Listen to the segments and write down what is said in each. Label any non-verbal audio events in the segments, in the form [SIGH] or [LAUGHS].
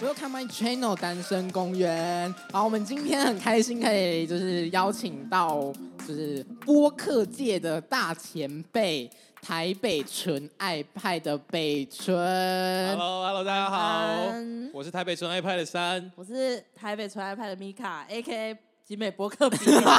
Welcome my channel 单身公园。好，我们今天很开心可以就是邀请到就是播客界的大前辈，台北纯爱派的北纯。 Hello Hello，大家好安，我是台北纯爱派的三。我是台北纯爱派的米卡，A K A 集美博客比，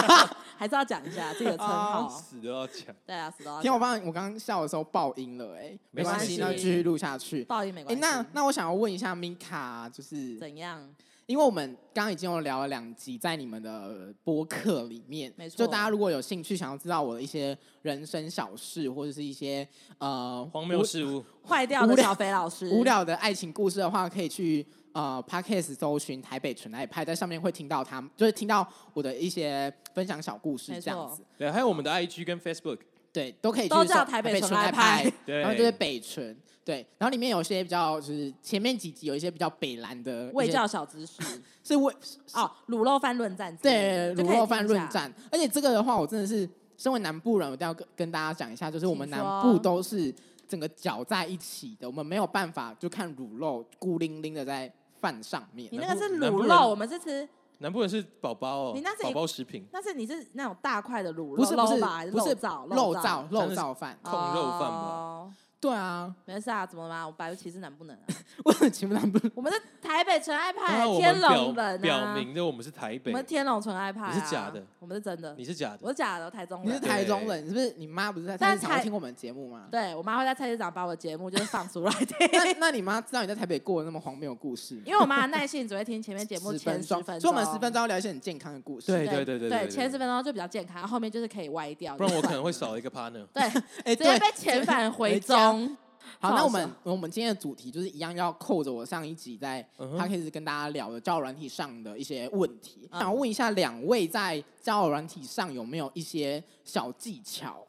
[LAUGHS] 还是要讲一下这个称号。死都要抢，对啊，死到天，哦我发现我刚刚笑的时候爆音了、哎，没关关系，系那继续录下去。报应没哎、关系。那那我想要问一下米卡，就是怎样？因为我们刚刚已经有聊了两集，在你们的播客里面，没错就大家如果有兴趣想要知道我的一些人生小事，或者是一些呃荒谬事物。坏掉无的聊小肥老师，无无聊的爱情故事的话，可以去呃 Podcast 搜寻台北纯爱派，在上面会听到他们，就是听到我的一些分享小故事没错这样子，对，还有我们的 IG 跟 Facebook。对，都可以去都叫搜台北北纯爱爱派 [LAUGHS] 对然后就是北纯，对，然后里面有些比较就是前面几集有一些比较北蓝的一些卫教小知 [LAUGHS] 识是为哦，卤肉饭论战之类对的，卤就可以肉饭听一下论。战，而且这个的话，我真的是身为南部人，我一定要跟跟大家讲一下，就是我们请南说部都是整个搅在一起的，我们没有办法就看卤肉孤零零的在饭上面你。那个是南部卤人肉，我们是吃，南部人是宝宝哦，你那是宝宝食品，那是你是那种大块的卤肉，不是不是肉吧还不是肉燥肉燥燥肉燥饭，控肉饭吧哦对啊，没事啊，怎么了吗？我白不歧视南不能啊，我很请不南部我们是台北纯爱 [LAUGHS] 然派，后我天们龙表人表啊，明的我们是台我北，们天龙纯爱派啊，你是假的我们是真的你，是假的。我是假的，我台中你是人。台中人，是不是？你妈不是在菜但市场会台听我们节目 [LAUGHS] 吗？对我妈会在菜市场把我节目就是放出来听，那那你妈知道你在台北过的那么荒谬的故事吗？因为我妈的耐性只会听前面节目十前分十钟，分钟，所以我们十分钟要聊一些很健康的故事。对对对对对对对对前十分钟就比较健康，后面就是可以歪掉，不然我可能会少一个 partner。对哎，直接对被遣返回回家中。 [LAUGHS] 好，那超我们爽我们今天的主题就是一样要扣着我上一集在 p 嗯 a 哼 c a s 跟大家聊的交友软体上的一些问题，嗯想问一下两位在交友软体上有没有一些小技巧？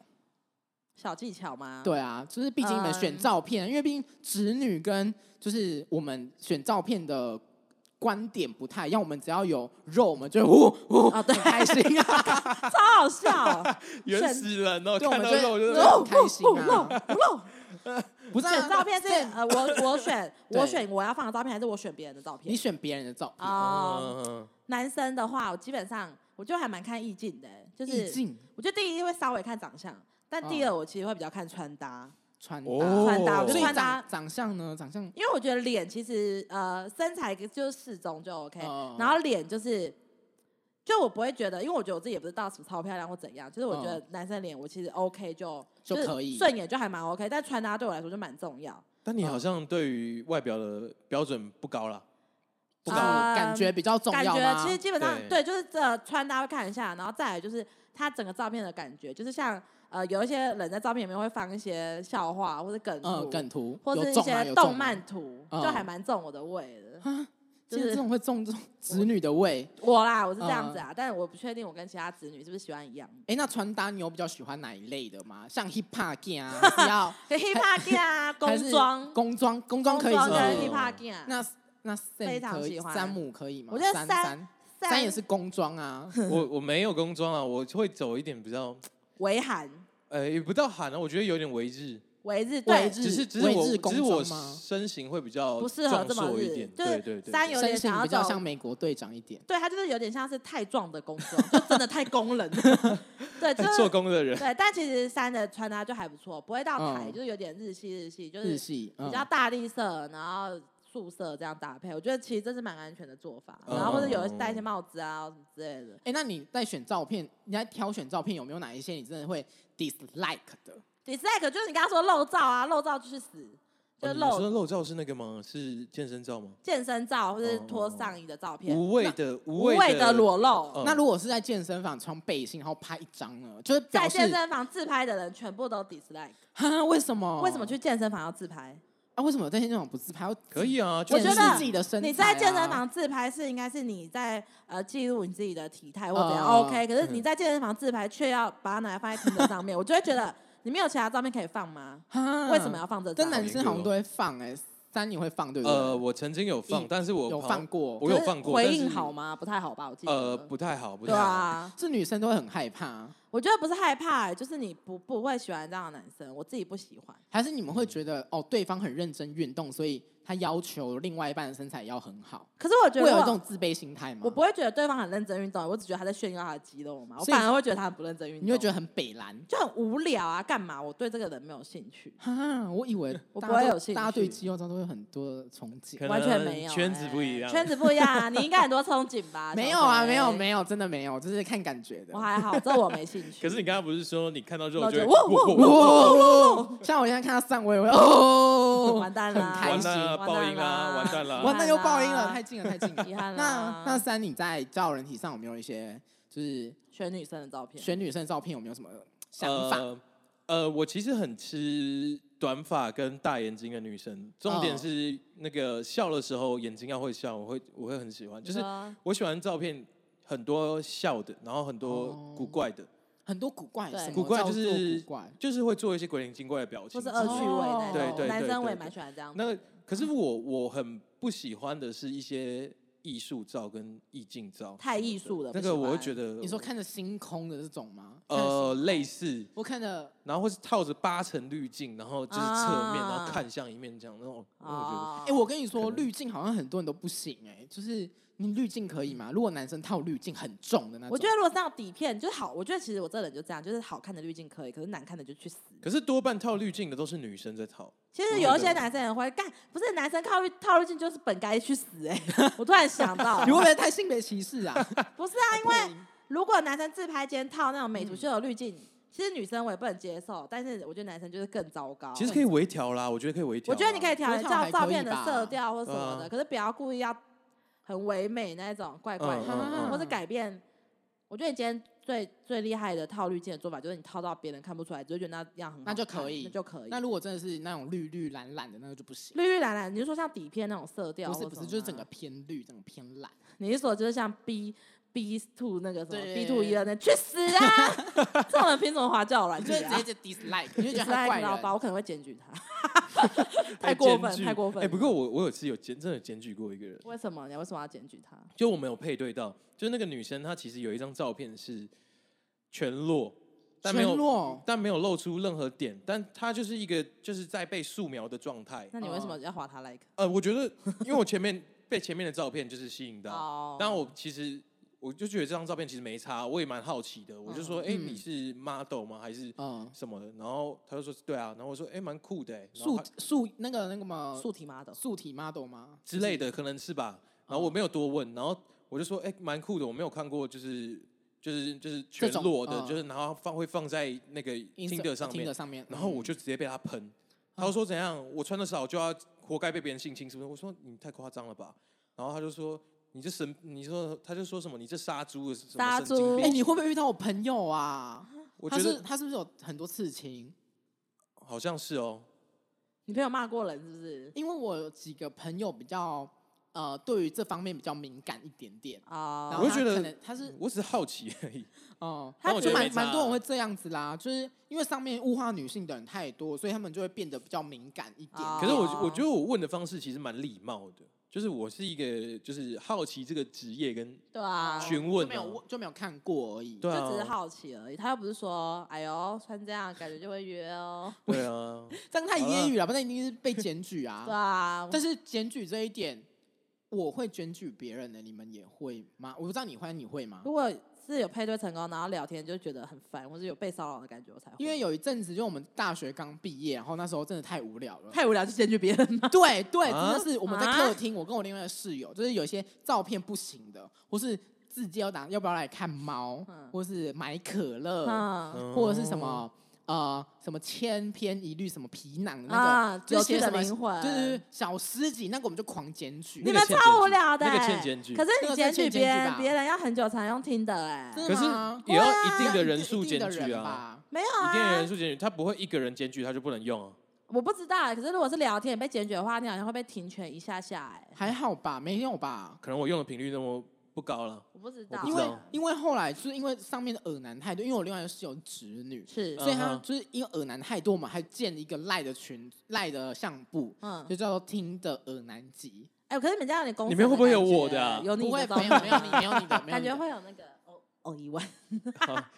小技巧吗？，对啊，就是毕竟你们选嗯照片，因为毕竟直女跟就是我们选照片的。观点不太一样，我们只要有肉，我们就呜呜哦很对开心啊，超好笑，原始人 [LAUGHS] 哦，对，我看们到就肉会就是就很开心啊。不露不是啊选照片是这呃，我我 [LAUGHS] 选对我选我要放的照片，还是我选别人的照你片？选别人的照片，哦，嗯嗯嗯男生的话，我基本上我就还蛮看意境的，就意是境、我觉得第一会稍微看长相，嗯但第二我其实会比较看穿搭。穿搭，哦穿搭我所就以穿搭长长相呢？长相因为我觉得脸其实呃身材就是适中就 OK，、哦然后脸就是，就我不会觉得，因为我觉得我自己也不是到处超漂亮或怎样，就是我觉得男生脸我其实 OK 就嗯就是可以顺眼就还蛮 OK，但穿搭对我来说就蛮重要。但你好像对于外表的标准不高啦，不不懂高了。啊感觉比较重感要觉吗其？实基本上对对，就是这穿搭会看一下，然后再来就是他整个照片的感觉，就是像呃有一些人在照片里面会放一些笑话或者梗图，嗯，梗图或有是一中吗？些有动中吗漫图，嗯就还蛮中我的胃的。啊，就现在这是种会中这种子女的味。我啦，我是这样子嗯啊，但是我不确定我跟其他子女是不是喜欢一样的。哎，那穿搭你有比较喜欢哪一类的吗？像 hip hop g 啊，还是要可以 hip hop 店啊，还 [LAUGHS] 工是装，工装工装可以是工不装跟是一 hip 派 hop 店啊。那那 Sam 非常可以喜欢山姆可以吗？我觉得三三三三也是工装啊，我我没有工装啊，我会走一点比较，维韩呃，也不到喊啊，我觉得有点为日，维日维对，日只是只是为我日只工是我装吗身形会比较不适合壮这么硕一日点，，就对对是对， [LAUGHS] 三有身点形想要比较像走，美国队长一点。对他就是有点像是太壮的工装，就真的太工人了， [LAUGHS] 对，就很 [LAUGHS] 做是工的人，对，但其实三的穿搭就还不错，不会到台，嗯就是有点日系日系，就日是系，嗯比较大地色，然后素色这样搭配，我觉得其实这是蛮安全的做法，嗯然后或者有的戴一些帽子啊什么之类的哎、那你在选照片，你在挑选照片，有没有哪一些你真的会 dislike 的？ ，dislike 就是你刚刚说漏照啊，漏照就去死， [LAUGHS] 就哦你漏说漏照是那个吗？是健身照吗？健身照或是脱哦上衣的照片，无谓的，无无谓的的。裸露。嗯那如果是在健身房穿背心，然后拍一张呢，就是表在健示身房自拍的人全部都 dislike，、哈，为什么？为什么去健身房要自拍？啊？为什么在健身房不自拍？要可以啊，就检我视觉是得自己的身材、啊。你在健身房自拍是应该是你在呃记录你自己的体态或怎样、哦 OK，可是你在健身房自拍却要把它拿来放在 t i 上面，我就会觉得你没有其他照片可以放吗？哈，为什么要放这跟？张男生好像都会放哎、三你会放对不对？呃，我曾经有放，一但是我有好放，过，我有放过，可是但回是呃应好吗？不太好吧，我记得。呃，不太好，不对太好。啊，是女生都会很害怕。我觉得不是害怕、欸就是你不不会喜欢这样的男生，我自己不喜欢。还是你们会觉得哦，对方很认真运动，所以他要求另外一半的身材要很好，可是我觉会有得一种我自卑心态吗？我不会觉得对方很认真运动，我只觉得他在炫耀他的肌肉嘛，我所以反而会觉得他很不认真运动。你会觉得很北蓝 [LAUGHS] 就很无聊啊，干嘛？我对这个人没有兴趣。哈，我以为我大不家会都有兴大家对趣肌肉照都会有很多的憧憬可。完全没能有圈子不一哎样，圈子不一样 [LAUGHS] 啊，你应该很多憧憬吧？没小有啊，飞没有，，没有，真的没有，就是看感觉的我。还好，这我没兴趣。可 [LAUGHS] 是你刚刚不是说你看到肉我就会觉得哇哇哇哇哇哦 [LAUGHS] 像我现在看到上，我也会哦，完蛋啦很开完心蛋。了，完报蛋应啦，啦完蛋啦！完蛋又完蛋爆音了，啦太近了，太近了。遗憾那啦那三，你在交友人体上有没有一些就是选女生的照片，选女生的照片有没有什么想法？呃。呃，我其实很吃短发跟大眼睛的女生，重点嗯哦是那个笑的时候眼睛要会笑，我会我会很喜欢，就是啊说我喜欢照片很多笑的，然后很哦多古怪的，很多古怪，对什么古怪叫就是做古怪，就是会做一些鬼灵精怪的表情或之是类的，恶趣味哦那对种，对男对生我对也对蛮喜欢这样。那可是我我很不喜欢的是一些艺术照跟意境照，太艺术了那不个喜我会欢觉得你说看着星空的这种吗？看着呃星空类，似，我看着然后或是套着八层滤镜，然后就是侧面，然啊后看向一面这样，那种那我觉得。哦哎、我跟你可说，能滤镜好像很多人都不行哎、就是你滤镜可以嗯吗？如果男生套滤镜很重的那种，我觉得如果是那种底片，就是好，我觉得其实我这人就这样，就是好看的滤镜可以，可是难看的就去死。可是多半套滤镜的都是女生在套，其我哦实觉有一些得男生也会干，不是男生靠滤套滤镜就是本该去死哎、 [LAUGHS] 我突然想 [LAUGHS] 到你，会不会太性别歧视啊？不是 [LAUGHS] 啊，因为如果男生自拍间套那种嗯美图秀的滤镜，其实女生我也不能接受，但是我觉得男生就是更糟糕。其实可以微调啦，我觉得可以微调啊我啦。觉得你可以调微一调下还照可以片的吧色调或什么嗯的，可是不要故意要很唯美那一种怪怪嗯的，嗯嗯或者改变。我觉得你今天最最厉害的套滤镜的做法，就是你套到别人看不出来，只会觉得那样很那好就可看以那就可 [LAUGHS] 以。那如果真的是那种绿绿蓝蓝的那个就不行，绿绿蓝蓝，你是说像底片那种色调不或是什不么吗？是，就是整个偏绿，整个偏蓝。你是说就是像 B B two 那个什么对 B two 一的那去死啊！ [LAUGHS] 这种人凭什么滑叫软你就件会啊？直接就 dislike，你 [LAUGHS] 就觉得他怪来老吧，人。我可能会检举他。 [LAUGHS] 哎太过检分举太过分哎，不过我我有次有检真的检举过一个人，为什么？你为什么要检举他？就我们有配对到，就是那个女生她其实有一张照片是全裸，但没全有裸，但没有露出任何点，但她就是一个就是在被素描的状态。那你为什么哦要划他 like？呃，我觉得因为我前面被前面的照片就是吸啊引 [LAUGHS] 到，哦但我其实我就觉得这张照片其实没差，我也蛮好奇的，我就说，哎、嗯你是 model 吗？还是嗯，什么的？然后她就说，对啊，然后我说，哎、蛮酷的、欸，然后素她素那个那个嘛，素体 model 素体 model 吗？之类的，可能是吧。然后我没有多问，然后我就说，哎、蛮酷的，我没有看过，就是就是就是全种裸的，嗯就是然后放会放在那个听的上听面的，呃上嗯面。然后我就直接被他喷，他就说怎样，我穿的少就要活该被别人性侵，是不是？我说你太夸张了吧，然后他就说。你这神，你说他就说什么？你这杀猪的什么杀神经猪哎，病？你会不会遇到我朋友啊？我他觉是得他是不是有很多刺青？好像是哦。你朋友骂过人是不是？因为我有几个朋友比较呃，对于这方面比较敏感一点点。啊然后哦我就他觉得可能他是我只是好奇而已。哦，但他我就觉得蛮没差蛮啊多人会这样子啦，就是因为上面物化女性的人太多，所以他们就会变得比较敏感一点。哦可是我我觉得我问的方式其实蛮礼貌的，就是我是一个就是好奇这个职业跟对啊，询就问就啊没有问就没有看过而已。对啊，只是好奇而已。他又不是说，哎呦，穿这样感觉就会约哦。对啊，这样太好揶揄了，不然一定是被检举 [LAUGHS] 啊。对啊，但是检举这一点，我会检举别人的，你们也会吗？我不知道你会，你会吗如？果是有配对成功，然后聊天就觉得很烦，或是有被骚扰的感觉，我才会因为有一阵子，就我们大学刚毕业，然后那时候真的太无聊了。太无聊就检举别人 [LAUGHS] 嘛。对对，真啊的是我们在啊客厅，我跟我另外一个室友，就是有一些照片不行的，或是字迹要打，要不要来看猫，嗯或是买可乐，嗯，嗯或者是什么呃什么千篇一律什么皮囊的那个，啊就是写有趣什的么灵魂对对对，小诗集，那个我们就狂检举。你那们个欠超检无举聊的、那个欠欸检举可是那你个算欠检举检别举人吧，别人要很久才用听的哎、真可的是吗也要会啊一定的人一数一定检的举人啊，吧。没有一定的啊人，数检举，他不会一个人检举他就不能用啊。我不知道、欸。可是如果是聊天你被检举的话，你好像会被停权一下下哎、还好吧，没有吧？可能我用的频率那么不高了，我不知我道，欸不因知为道因为后来就是因为上面的耳男太多，因为我另外一个室友直女，是所以他嗯哼就是因为耳男太多，我们还建一个赖的群赖的相簿，嗯，就叫做听的耳男集。哎、可是你们这样有点公里审面的会不会感有我觉的啊有你不会，的照没片有没有 [LAUGHS] 吗你没有你的，没有感你觉的。会有那个哦，哦 [LAUGHS] 一万，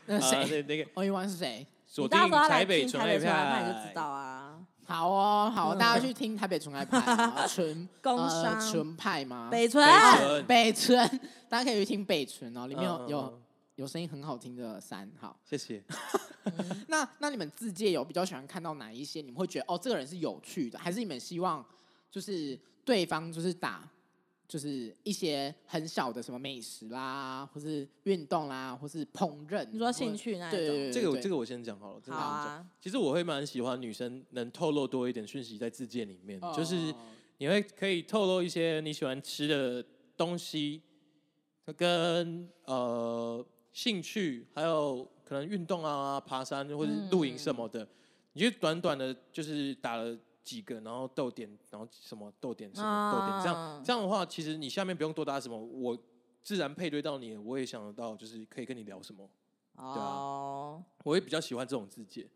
那啊谁？那那个欧一万是哦谁？锁你到定时候来台听北台纯爱北纯爱派派就知道啊。好哦，好，大家去听台北纯爱派 [LAUGHS] 啊，纯工呃商纯派吗？北纯，啊北纯北纯，大家可以去听北纯哦，里面有嗯嗯有嗯有声音很好听的三好。谢谢。那那你们自介有比较喜欢看到哪一些？你们会觉得哦，这个人是有趣的，还是你们希望就是对方就是打就是一些很小的什么美食啦，或是运动啦，或是烹饪？你说或兴趣那对一种，对这个我对这个我先讲好了，这个好我先讲啊，其实我会蛮喜欢女生能透露多一点讯息在自荐里面，就是哦你会可以透露一些你喜欢吃的东西，跟呃兴趣，还有可能运动啊、爬山或者是露营什么的。你就短短的，就是打了几个，然后逗点，然后什么逗点什么逗点，这啊样这样的话，其实你下面不用多打什么，我自然配对到你，我也想得到，就是可以跟你聊什么。哦，我会比较喜欢这种自介。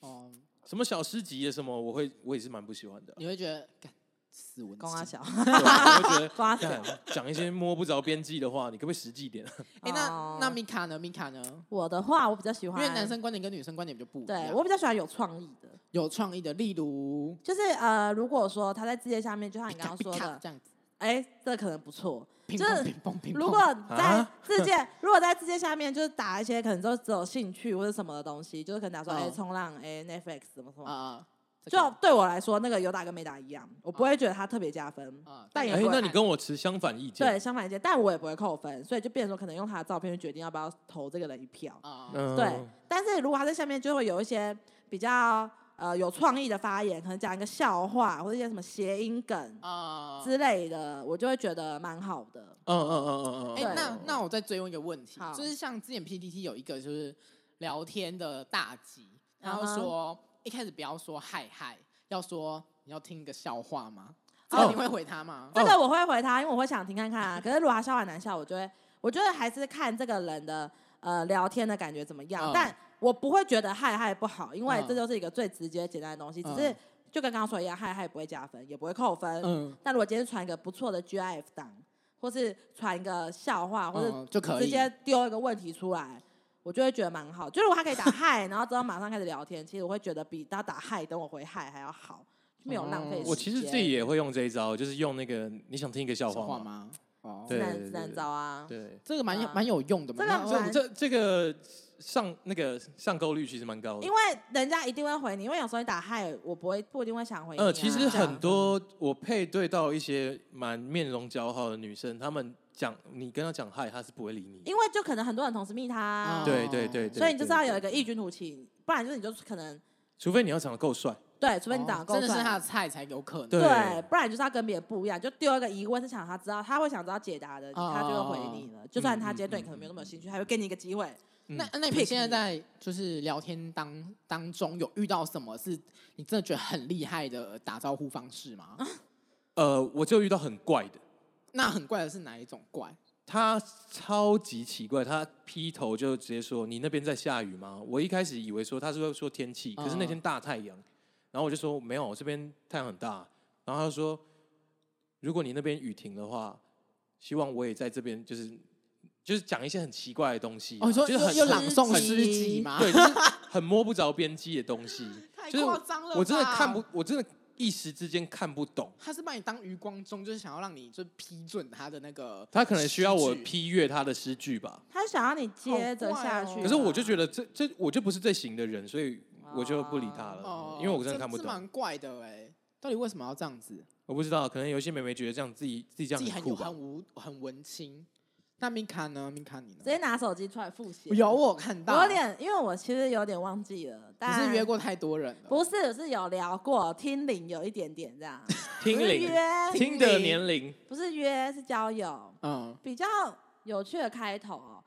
哦，什么小诗集的什么，我会我也是蛮不喜欢的啊。你会觉得干死文公阿青小， [LAUGHS] 对啊我会觉 [LAUGHS] 得瓜子。干讲一些摸不着边际的话，你可不可以实际一点？哎、那那哦米卡呢？米卡呢？我的话，我比较喜因欢，为男生观点跟女生观点就不一对样，我比较喜欢有创意的，有创意的，例如就是呃，如果说他在字界下面，就像你刚刚比卡说比卡的，这样子，哎，这可能不错。乒就是乓乒乓乒乓。如果在 [LAUGHS] 啊字界，如果在字界下面就是打一些可能就只有兴趣或者什么的东西，就是可能打说嗯哎冲浪哎 Netflix 什么什么，啊、这就个哦对我来说那个有打跟没打一样，我不会觉得他特别加分，啊，但也哎不，会那你看跟我持相反意见。对，相反一件，但我也不会扣分，所以就变成说可能用他的照片去决定要不要投这个人一票。啊、嗯对，但是如果他在下面就会有一些比较呃有创意的发言，可能讲一个笑话或者一些什么谐音梗啊，之类的，我就会觉得蛮好的。嗯嗯嗯嗯嗯。哎、对那那我再追问一个问题好，就是像之前 PPT 有一个就是聊天的大集，然后嗯哼说、一开始不要说嗨嗨，要说你要听一个笑话吗？这哦个你会回他吗？这个我会回他，因为我会想听看看啊。可是如果他笑话难笑，我就会，我觉得还是看这个人的呃聊天的感觉怎么样。嗯但我不会觉得害害不好，因为这嗯就是一个最直接简单的东西。只是嗯就跟刚刚说一样，害害不会加分，也不会扣分。嗯，但如果今天传一个不错的 GIF 档，或是传一个笑话，或嗯者就可以哦直接丢一个问题出来，我就会觉得蛮好。就如果他可以打嗨，然后之后马上开始聊天，其实我会觉得比他打嗨等我回嗨还要好，就没有浪费嗯时间。哦我其实自己也会用这一招，就是用那个你想听一个笑笑话话吗？吗？哦，对难难招啊。对，这个蛮有啊蛮有用的嘛。这个那不这然这这个上那个上钩率其实蛮高的因。为人家一定会回你，因为有时候你打嗨，我不会不一定会想回你、啊。呃，其实这样很多我配对到一些蛮面容姣好的女生，她们讲你跟她讲嗨，她是不会理你。因为就可能很多人同时密他、啊，对对对对所以你就是要对有一个异军突起，不然就是你就是可能除非你要长得够帅。对，除非你哦长得够帅、真的是他的菜才有可能。对对，不然就是要跟别人不一样，就丢一个疑问是想他知道，他会想知道解答的，哦他就会回你了。就算他今天对嗯你可能没有那么有兴趣，还会给你一个机会。嗯那那你们 Pick 现在你在就是聊天当当中有遇到什么是你真的觉得很厉害的打招呼方式吗？呃，我就遇到很怪的，那很怪的是哪一种怪？他超级奇怪，他劈头就直接说：“你那边在下雨吗？”我一开始以为说他是会说天气，嗯可是那天大太阳，然后我就说没有，这边太阳很大。然后他就说：“如果你那边雨停的话，希望我也在这边，就是就是讲一些很奇怪的东西啊、哦，你说就是又很又啊朗诵很诗集吗？，[LAUGHS] 对，就是很摸不着边际的东西 [LAUGHS] 就是我张我真的看不，，我真的一时之间看不懂。”他是把你当余光中，就是想要让你就批准他的那个，他可能需要我诗句批阅他的诗句吧，他就想要你接着下好怪去、啊哦可是我就觉得这这我就不是这型的人，所以我就不理他了，哦，因为我真的看不这这懂。蛮怪的哎、到底为什么要这样子？我不知道，可能有些妹妹觉得这样自己自己这自己样很酷有吧很。无很文青，那米卡呢？米卡你直呢？接拿手机出来复习。有我有看我到，有点，因为我其实有点忘记了，你但是约过太多人了，不是，我是有聊过，听龄有一点点这样，听不是龄，约听听的龄年龄，不是约是交友，嗯，比较有趣的开头、哦。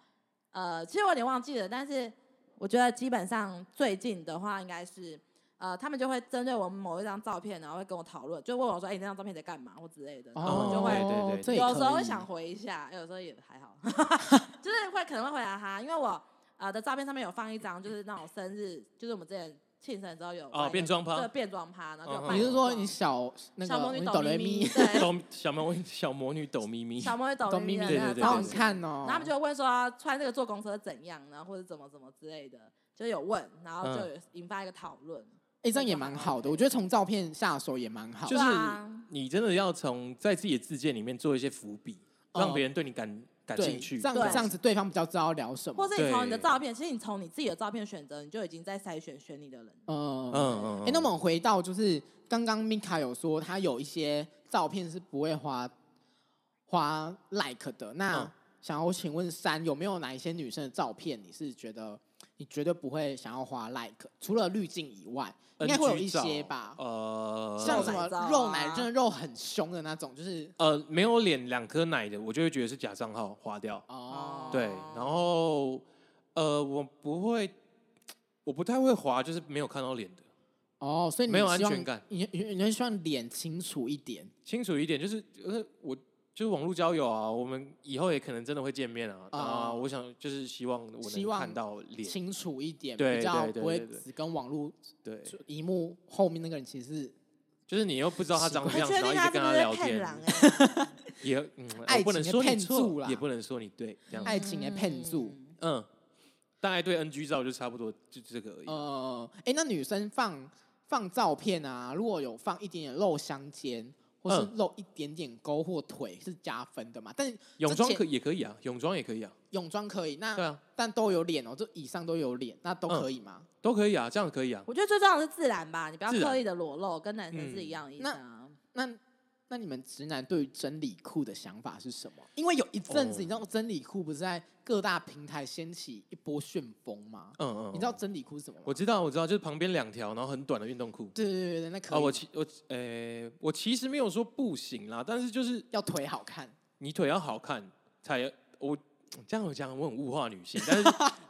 呃，其实我有点忘记了，但是我觉得基本上最近的话，应该是呃，他们就会针对我某一张照片，然后会跟我讨论，就问我说：“哎、你那张照片在干嘛？”或之类的。然后哦我就会、对对对这也有时候可会哦以想回一下，有时候也还好， [LAUGHS] 就是会可能会回答他，因为我呃的照片上面有放一张，就是那种生日，就是我们之前庆生之后有哦办一个变装趴对变装趴，然后就嗯办哦你是说活动你小那小魔个女你哆来来咪咪，？对，抖小魔小魔女抖咪咪，小魔女哆哆咪咪咪咪对的那对个对好造好型，看哦。然后他们就问说啊穿这个坐公车怎样，然后或者怎么怎么之类的，就有问，然后嗯就有引发一个讨论，哎，这样也蛮好的，我觉得从照片下手也蛮好就的。是对啊你真的要从在自己的自荐里面做一些伏笔，哦让别人对你感感对，兴趣。这样对这样子对方比较知道聊什或么。是你从你的对照片，其实你从你自己的照片选择，你就已经在筛选选你的人。嗯嗯嗯，哎、嗯那我们回到就是刚刚 Mika 有说，他有一些照片是不会花花 like 的。那、嗯想要请问三，有没有哪一些女生的照片你是觉得你绝对不会想要花 like？除了滤镜以外，应该会有一 NG 照些吧？呃，像肉什奶么照啊肉奶，真的肉很凶的那种，就是呃没有脸两颗奶的，我就会觉得是假账号划掉。哦，对，然后呃，我不会，我不太会划，就是没有看到脸的，哦，所以你没有安希望全感你你你会希望脸清楚一点。清楚一点，就是呃，我就是网络交友啊，我们以后也可能真的会见面啊，啊，哦我想就是希望我希能望看到脸，清楚一点，对比较对对不会对对只跟网络对，荧幕后面那个人其实是就是你又不知道他长我什么样子，确然后一定直是跟不是聊在骗天，狼欸？也嗯，爱我不情能的说你骗住错啦，也不能说你对，这样，爱情的骗住。嗯，大概对 NG 照就差不多，就这个而已。呃，哎、那女生放放照片啊，如果有放一点点露香肩，或是嗯露一点点沟或腿，是加分的嘛？但泳装之前可也可以啊，泳装也可以啊，泳装可以，那、对啊，但都有脸哦，这以上都有脸，那都嗯可以吗？都可以啊，这样可以啊。我觉得最重要的是自然吧，你不要自然嗯刻意的裸露，跟男生是一样的意思啊。那那你们直男对于真理裤的想法是什么？因为有一阵子，哦你知道真理裤不是在各大平台掀起一波旋风吗？嗯嗯，嗯你知道真理裤是什么吗？我知道，我知道，就是旁边两条，然后很短的运动裤。对对对对，那可啊，以我其我呃、我其实没有说不行啦，但是就是要腿好看，你腿要好看才我这样我讲我很物化女性，但 [LAUGHS] 是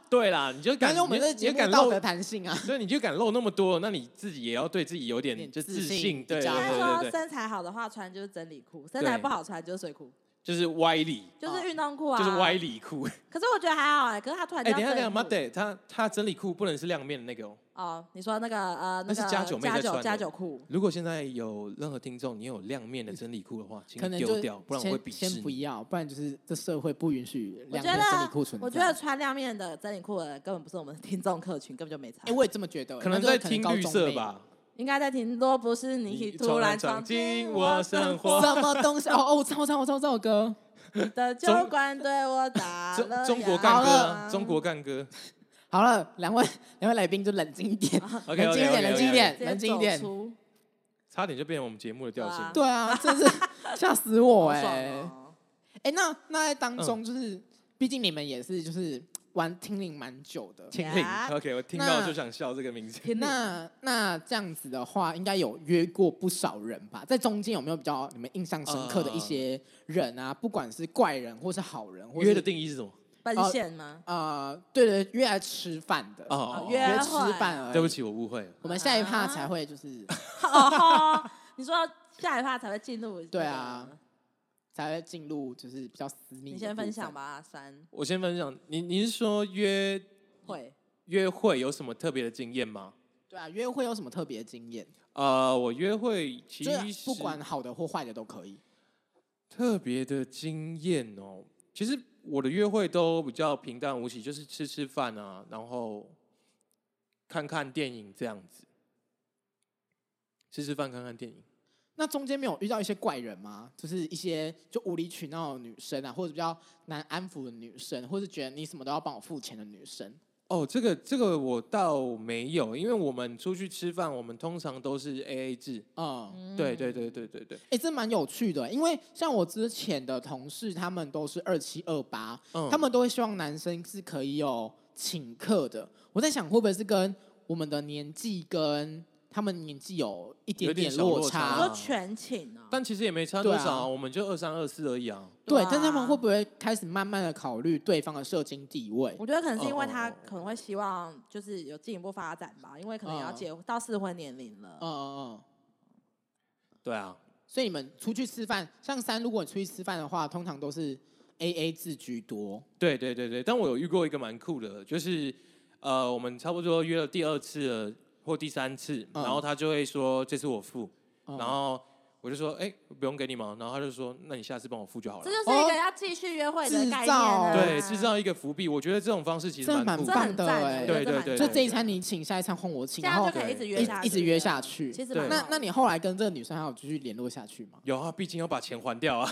对啦，你就但敢是我们你就这节你目就敢道露德，弹性啊，所以你就敢露那么多，那你自己也要对自己有点点就自自信信，对比较对应对该对说对，身材好的话穿就是真理裤，身材对不好穿就是睡裤，就是歪理，就是运动裤啊。就是歪。理裤。可是我觉得还好哎、可是他突然哎、等一下，等真理一下，裤妈的，他他整理裤不能是亮面的那个哦。哦，你说那个呃，那个是加加九妹在加穿九的加九裤，如果现在有任何听众你有亮面的真理裤的话，请可你能就丢掉，不然我先会鄙视先不你。要，不然就是这社会不允许我两觉条真理裤得存在。我觉得穿亮面的真理裤的人根本不是我们听众客群，根本 [LAUGHS] 就没差。哎，我也这么觉得，可能那就是在听高绿中色妹吧。应该在听，若不是你你突然闯闯进进我我生生活活什么东西？哦哦，我知道，我知道，我知道这首歌。的酒馆对我打中 [LAUGHS] 了中国烊干哥好啊，了中国干哥。好了，两位两位来宾就冷静一点， OK 冷 OK 静一点，冷静一点，直接冷静一点走。出差点就变成我们节目的调性。对对啊，真是吓死我好哎、爽欸！哦哎、那那在嗯当中就是，毕竟你们也是就是玩听龄蛮久的，听令呀 OK，我听到就想笑这个名字。天哪！那那这样子的话，应该有约过不少人吧？在中间有没有比较你们印象深刻的一些人啊？不管是怪人或是好人，或是嗯约的定义是什么？奔哦现吗？呃，对对，约来吃饭的，啊哦，约约会吃饭而已。对不，起，我误会了。我们下一趴啊才会就是哦，你说下一趴才会进入？对啊，才会进入就是比较私密。你先分享。吧，三我先分享，你你是说约会约会有什么特别的经验吗？对啊，约会有什么特别的经验？呃，我约会其就实是不管好的或坏的都可以。特别的经验哦。其实我的约会都比较平淡无奇，就是吃吃饭啊，然后看看电影这样子，吃吃饭看看电影。那中间没有遇到一些怪人吗？就是一些就无理取闹的女生啊，或者比较难安抚的女生，或是觉得你什么都要帮我付钱的女生。哦，这个这个我倒没有，因为我们出去吃饭，我们通常都是 A A 制。嗯，对对对对对对，哎、这蛮有趣的，因为像我之前的同事，他们都是二七二八，嗯，他们都会希望男生是可以有请客的。我在想，会不会是跟我们的年纪跟他们年纪有一点有点小落落你啊差？差说全请哦，但其实也没差多少、啊，我们就二三二四而已啊。对，但对啊他们会不会开始慢慢的考虑对方的社经地位？我觉得可能是因为哦哦他哦可能会希望就是有进一步发展吧，因为可能也要嗯结到适婚年龄哦嗯了。嗯嗯。对啊，所以你们出去吃饭，像三，如果你出去吃饭的话，通常都是 A A 制居多。对对对对，但我有遇过一个蛮酷的，就是呃，我们差不多约了第二次了，或第三次，嗯然后他就会说这次我付，嗯然后我就说哎、不用给你嘛，然后他就说那你下次帮我付就好了这。就是一个要继续约会的概念哦了。对，制造一个伏笔，我觉得这种方式其实这蛮蛮酷这的。棒很的赞欸我觉得对这对蛮对就赞这一餐你请，下一餐换我请，这然样后就可以一直约一下去，一直约下去。其实对蛮那好那的你后来跟这个女生还有继续联络下去吗？有啊，毕竟要把钱还掉啊。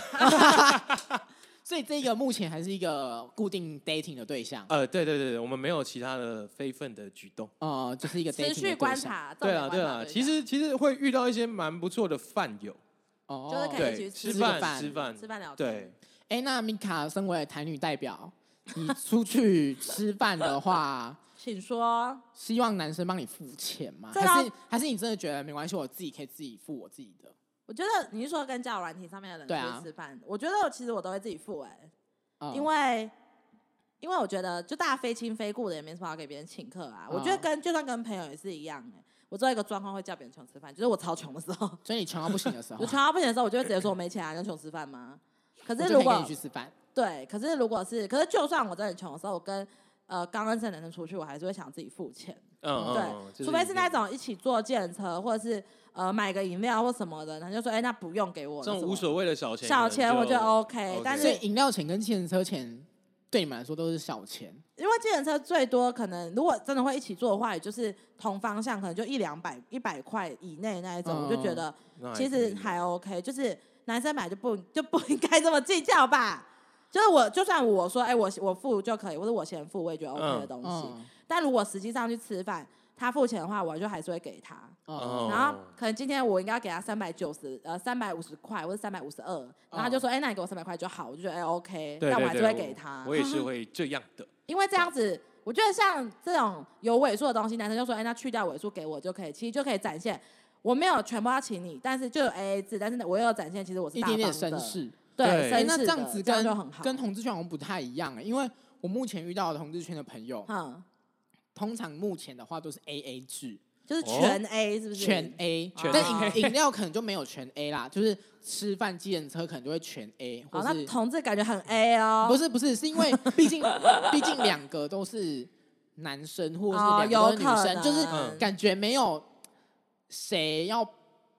所以这个目前还是一个固定 dating 的对象，呃，对对对，对我们没有其他的非分的举动。呃，就是一个 dating 持的续对观象，察，对重点啊，观对察啊，象其实其实会遇到一些蛮不错的饭友，哦，就是可以对，一起吃吃个饭饭吃饭吃饭聊天对，哎、那米卡身为台女代表，你出去吃饭的话，请说，希望男生帮你付钱吗？这个还是还是你真的觉得没关系，我自己可以自己付我自己的？我觉得你是说跟交友软体上面的对人啊去吃饭，我觉得我其实我都会自己付哎、嗯因为因为我觉得就大家非亲非故的也没什么好给别人请客啊。我觉得嗯跟就算跟朋友也是一样哎、我做一个状况会叫别人请我吃饭，就是我超穷的时候，嗯所以你穷到不行的时候，我穷到不行的时候，我就会直接说我没钱啊，你要请我吃饭吗？可我就是可如以跟果你去吃饭。对，可是如果是可是就算我真的穷的时候，我跟呃刚认识的男生出去，我还是会想自己付钱。嗯哦嗯，嗯对，除非是那。种一起坐电车，或者是呃买个饮料或什么的，他就说，哎、那不用给我这了种这什种无么所谓的小钱，小钱，我哦觉觉得得 OK， OK 但所是以饮料钱跟汽车钱对你们来说都是小钱。因为电车最多可能如果真的会一起坐的话，也就是同方向，可能就一两百一百块以内那一种，我就觉嗯得那其可实以还 OK，就是男生买就不 [LAUGHS] 就不应该这么计较吧。就是我，就算我说，哎、我我付就可以，或者我先付，我也觉得 OK 的嗯东西。嗯但如果实际上去吃饭，他付钱的话，我就还是会给他。嗯哦然后可能今天我应该要给他三百九十，呃，三百五十块或者三百五十二，然后他就说，哎、那你给我三百块就好，我就觉得哎、OK，嗯对但对我还是对会给他，我也是会这样 [LAUGHS] 的。因为这样子，我觉得像这种有尾数的东西，男生就说，哎、那去掉尾数给我就可以，其实就可以展现我没有全部要请你，但是就有 AA 制，但是我也有展现其实我是一大方点的，点绅士。对，对哎、绅那这士样的子这样跟就很好，跟同志圈好像不太一样、欸，因为我目前遇到的同志圈的朋友，嗯，通常目前的话都是 A A 制，就是哦全 A 是不是？哦全 A，全但 A 饮饮料可能就没有全 A 啦，就是吃饭、机人车可能就会全 A，或好，哦那是同志感觉很 A 哦，不是不是，是因 [LAUGHS] 为毕竟毕竟两个都是男生，或哦者是两有个都是可女能生，就是嗯感觉没有谁要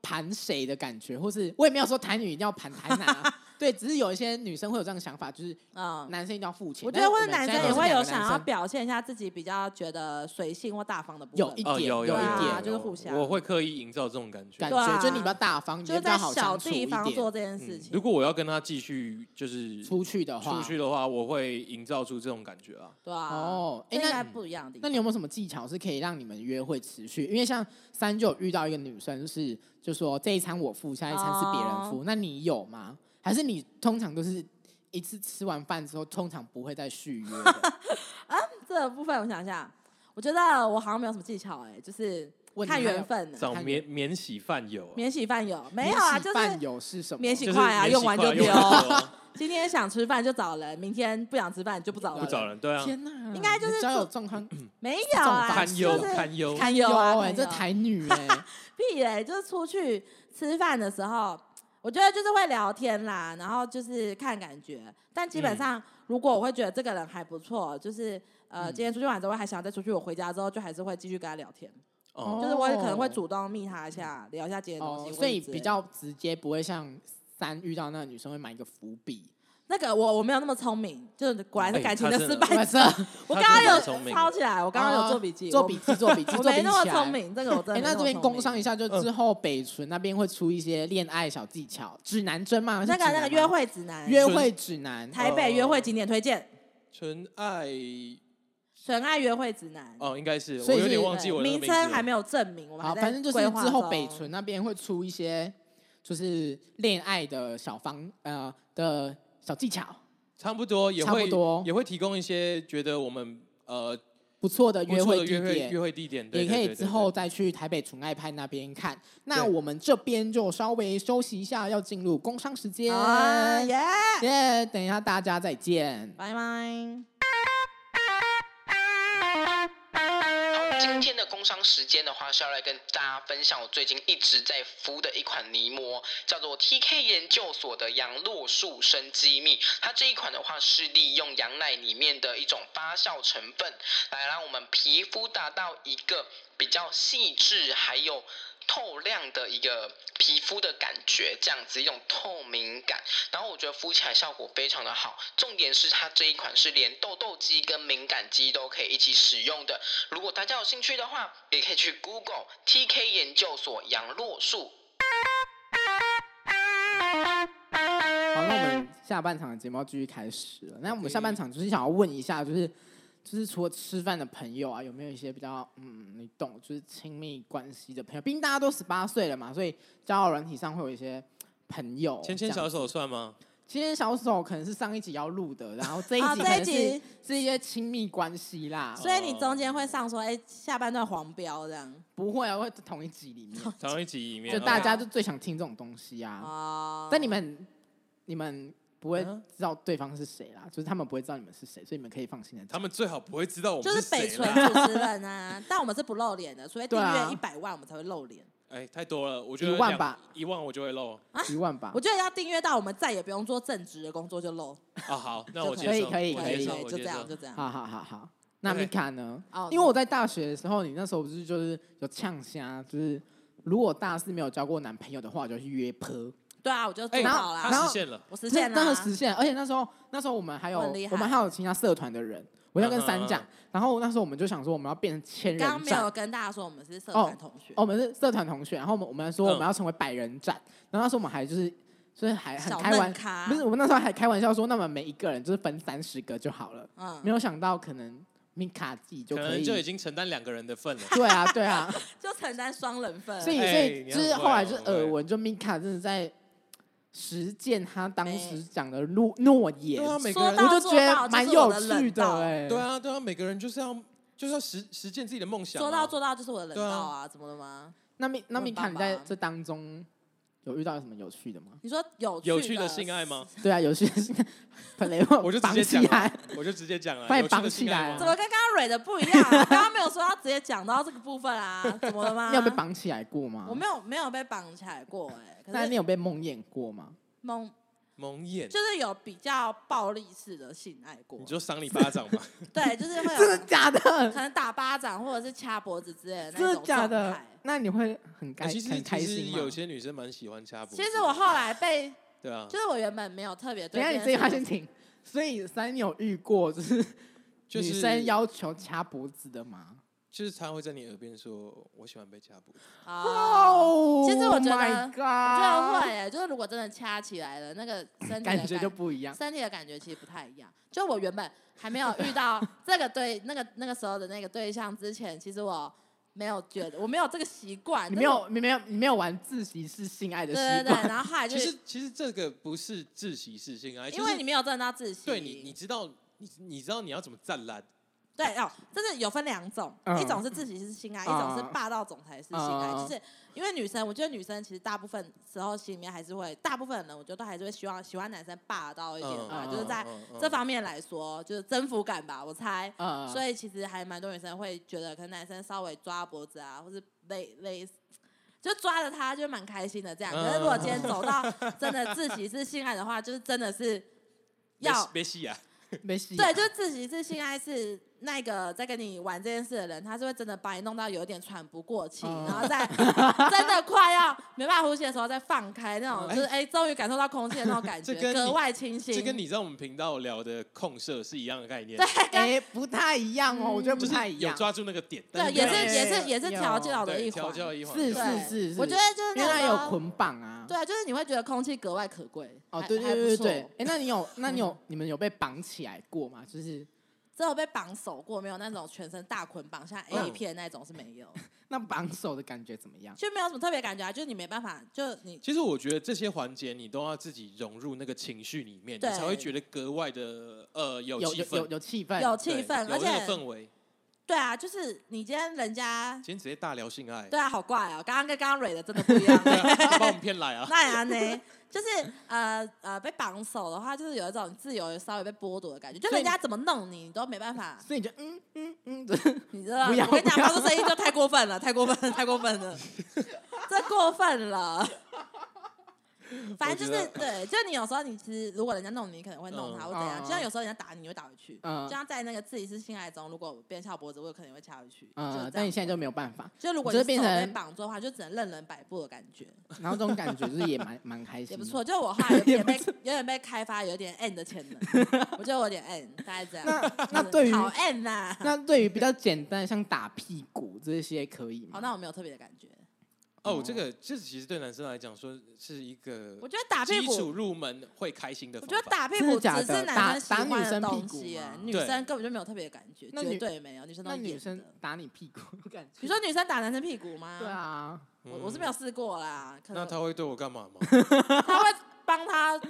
盘谁的感觉，或是我也没有说台女一定要盘台男、 [LAUGHS] 啊，对，只是有一些女生会有这样的想法，就是嗯。男生一定要付钱，我觉但是得或们者男现生在也都是会两有个想男要生表现一下自己比较觉得随性或大方的部分，有一哦，点有有一一对啊点，点就是有互相我会刻意营造这种感觉感。对啊觉，就是你比较大方，你就是比在较好小相处地一方点。做这件事嗯情。如果我要跟他继续就是出去的话，出去的话，我会营造出这种感觉啊。对啊，哦这诶应那该不一样的地那方。你有没有什么技巧是可以让你们约会持续？因为像三就有遇到一个女生是，就说这一餐我付，下一餐是别人哦付，那你有吗？还是你通常都是一次吃完饭之后，通常不会再续约的？ [LAUGHS] 这个部分我想一下，我觉得我好像没有什么技巧哎、就是问你还看有缘分这呢。种看免免洗饭友啊，免洗饭有没有啊？免洗就饭是友是什么？免洗就是快啊免洗用完快就用丢完就丢 [LAUGHS] 今天想吃饭就找人，明天不想吃饭就不找不不人，找人，对啊，天哪，应该就是你的交友状 [CLEARS THROAT] 况没有啊，堪忧就是堪忧，堪忧啊，哎，堪这忧台女 [LAUGHS] 哎、屁嘞，就是出去吃饭的时候，我觉得就是会聊天啦，然后就是看感觉。但基本上，如果我会觉得这个人还不错，就是呃，嗯今天出去玩之后还想再出去，我回家之后就还是会继续跟他聊天，哦，就是我可能会哦主动密他一下，聊一下今天的东西哦，或者之所类的。以比较直接，不会像三遇到那个女生会埋一个伏笔。那个我我没有那么聪明，就是果然是哎感情他的真失的败不者。是，我他刚刚真的有很聪明抄起来，我刚刚有做笔记，哦做我笔记，做笔记， [LAUGHS] 我做没笔那么起来聪明，这个我真哎、的没那这么边聪工明商一下，就嗯之后北纯那边会出一些恋爱小技巧，指南针吗？那个是指南那吗个约会指南，约会指南，台哦北约会景点推荐。纯爱纯爱约会指南，哦，应该是，所我以有是点忘对记我的名名字称了还没有证明，我们好，还在反正就是规划之后中北纯那边会出一些就是恋爱的小方呃的小技巧，差不多也差不会多也会提供一些觉得我们呃不错的不约错会的地约会点约。会地点，对也可对以对之对后对再去台北纯爱派那边看。那对我们这边就稍微休息一下，要进入工商时间。啊耶，耶，等一下大家再见。拜拜。 Bye. 今天的工商时间的话，是要来跟大家分享我最近一直在敷的一款泥膜，叫做 TK 研究所的杨洛树生机密。它这一款的话是利用羊奶里面的一种发酵成分，来让我们皮肤达到一个比较细致还有透亮的一个皮肤的感觉，这样子一种透明感。然后我觉得敷起来效果非常的好，重点是它这一款是连痘痘肌跟敏感肌都可以一起使用的。如果大家有兴趣的话，也可以去 Google TK 研究所杨洛树好，那我们下半场的节目要继续开始了。那我们下半场就是想要问一下，就是就是除了吃饭的朋友啊，有没有一些比较嗯，你懂，就是亲密关系的朋友？毕竟大家都十八岁了嘛，所以交友软体上会有一些朋友。牵牵这样小手算吗？牵牵小手可能是上一集要录的，然后这一啊集可能这一是、集是一些亲密关系啦。所以你中间会上说，哎、下半段黄标这样不会啊，会同一集里面，同一集里面，就大 OK 家就最想听这种东西啊。哦。但你们你们不会嗯知道对方是谁啦，就是他们不会知道你们是谁，所以你们可以放心的。他们最好不会知道我就们是北谁纯啦。主持人啊， [LAUGHS] 但我们是不露脸的，除非对订啊阅一百万我们才会露脸。哎，太多了，我觉得一万两吧，一万我就会漏 [LAUGHS] 一万吧我，觉得要订阅到我们再也不用做正职的工作就露，啊。好，那我就接可以受，可以我可接以受对，我就接这受样，就这样。好好好好。那 OK 米卡呢哦？因为我在大学的时候，你那时候不是就是有呛虾，就是如果大四没有交过男朋友的话，我就去约泼。对啊，我就哎，做到啦，他实现了，我实现那那啦个。实现，而且那时候那时候我们还有我很厉害我们还有其他社团的人，我要跟嗯哼三讲嗯，然后那时候我们就想说我们要变成千刚刚人没斩有，跟大家说我们是社团同学，哦，我们是社团同学，然后我们我们说嗯我们要成为百人展，然后那时候我们还就是就是还很小开玩嫩，咖，不是我们那时候还开玩笑说，那么每一个人就是分三十个就好了，嗯，没有想到可能米卡自己就可可能以，就已经承担两个人的份了。 [LAUGHS] 对啊对啊，就承担双人份。所以所哎以你就是很会后来哦就是很会耳闻，就米卡真的在实践他当时没讲的诺诺言对，啊，每个说人我哎到就觉得蛮有趣做到做到的哎，对啊，对啊，每个人就是要就是要实实践自己的梦想啊。说到做到就是我的人对啊道啊，怎么了吗？那米那我米很卡棒你在吧这当中有遇到什么有趣的吗？你说有有趣的性爱吗？对啊，有些是本来我我就直绑接起讲来了，，我就直接讲了，把你有趣的绑起性爱来啊吗 [LAUGHS] 怎么跟刚刚蕊的不一样、啊？刚刚没有说要直接讲到这个部分啊，怎么了吗？ [LAUGHS] 你有被？绑起来过吗？我没有没有被绑起来过哎、那可你是有被梦魇过吗？蒙蒙眼，就是有比较暴力式的性爱过你，就赏你巴掌吧。对，就是会真的有假的可？能打巴掌或者是掐脖子之类的那真种的假状的态？那你会很开哎其实很开其实心吗？有些女生蛮喜欢掐脖子其的。实我后来被，对啊，就是我原本没有特别等对一下件你这事情。一话先停。所以三你有遇过就是就女是生要求掐脖子的吗？就是她会在你耳边说：“我喜欢被掐脖子。哦，哦其实我觉得 my 我觉得 God，会、欸，就是如果真的掐起来了，那个身体的感觉就不一样。身体的感觉其实不太一样。就我原本还没有 [LAUGHS] 遇到这个对那个那个时候的那个对象之前，其实我没有觉得我没有这个习惯，你没但是有，你没有，你没有玩自习室性爱的对习对对，惯。然后后来”啊就其实其实这个不是自习事情啊，因就为是你没有真的到自习，对你你知道你你知道你要怎么站栏，对哦，就是有分两种，嗯一种是自习是性爱，一嗯种是霸道总裁是性爱。嗯就是因为女生，我觉得女生其实大部分时候心里面还是会，大部分人我觉得都还是会希望喜欢男生霸道一点吧，嗯就是在嗯嗯这方面来说，就是征服感吧，我猜。嗯，所以其实还蛮多女生会觉得，可能男生稍微抓脖子啊，或是勒勒，就抓着他就蛮开心的这样。嗯可是如果今天走到嗯真的自习是性爱的话，就是真的 [LAUGHS] 是要别戏啊，没戏啊。对，就自习是性爱是那个在跟你玩这件事的人，他是会真的把你弄到有点喘不过气，嗯然后再真的快要没办法呼吸的时候再放开那种，就是哎，终于感受到空气的那种感觉这，跟格你外清新。这跟你在我们频道聊的控射是一样的概念对，哎，不太一样哦，我觉得不就是太一有样。抓住那个点，但对，是也没有是也是也是有调教的对一调环，教一环，是调教对是是是我觉得就是因为它那有种。捆绑啊。对啊，就是你会觉得空气格外可贵哦，还对还对不对对错对，哎，那你有那你有你们有被绑起来过吗？就是只有被绑手过，没有那种全身大捆绑，像嗯 A 片那种是没有，那绑手的感觉怎么样？就没有什么特别感觉啊，就是你没办法，就你其实我觉得这些环节你都要自己融入那个情绪里面，你对才会觉得格外的呃有有气有有氛，有气氛，有气对氛，而有那个且氛围。对啊，就是你今天人家今，天直接大聊性爱， [LAUGHS] 对啊，好怪哦，刚刚跟刚刚蕊的真的不一样。哦他把我们骗来啊！那样呢，就是呃呃，被绑手的话，就是有一种自由稍微被剥夺的感觉，就所以人家怎么弄你，你都没办法。所以你就嗯嗯嗯，你知道，不要我跟你讲，不要发出声音就太过分了，太过分了，太过分了，这过分 [LAUGHS] 了。反正就我是觉对，就你有时候你其实如果人家弄你，你可能会弄他嗯或怎样，嗯就像有时候人家打你，你会打回去。嗯就像在那个自己是性爱中，如果别人掐我脖子，我有可能会掐回去。嗯，但但你现在就没有办法，就如果你就你手变被成绑住的话，就只能任人摆布的感觉，然后这种感觉就是也蛮蛮开心，也不。错。就我后 [LAUGHS] 来有也点不被错有点被开发，有点 N 的潜 [LAUGHS] 能，我觉得我有点 N，大概这样。 [LAUGHS] 那就那是对于好 N 啊呐，那对于比较简单，像打屁股这些可以吗？好，那我没有特别的感觉。哦，这个这其实对男生来讲说是一个我觉得打屁基股础入门会开心的我方觉得法。打屁真的股只假的是打男生喜打女欢的生屁股东西耶吗，女对生根本就没有特别的感觉，那绝女对没有，女生都那女演生的打你屁股，我感觉你说女生打男生屁股吗？对，啊，我我是没有试过啦，可嗯那能他会对我干嘛吗？ [LAUGHS] 他会帮他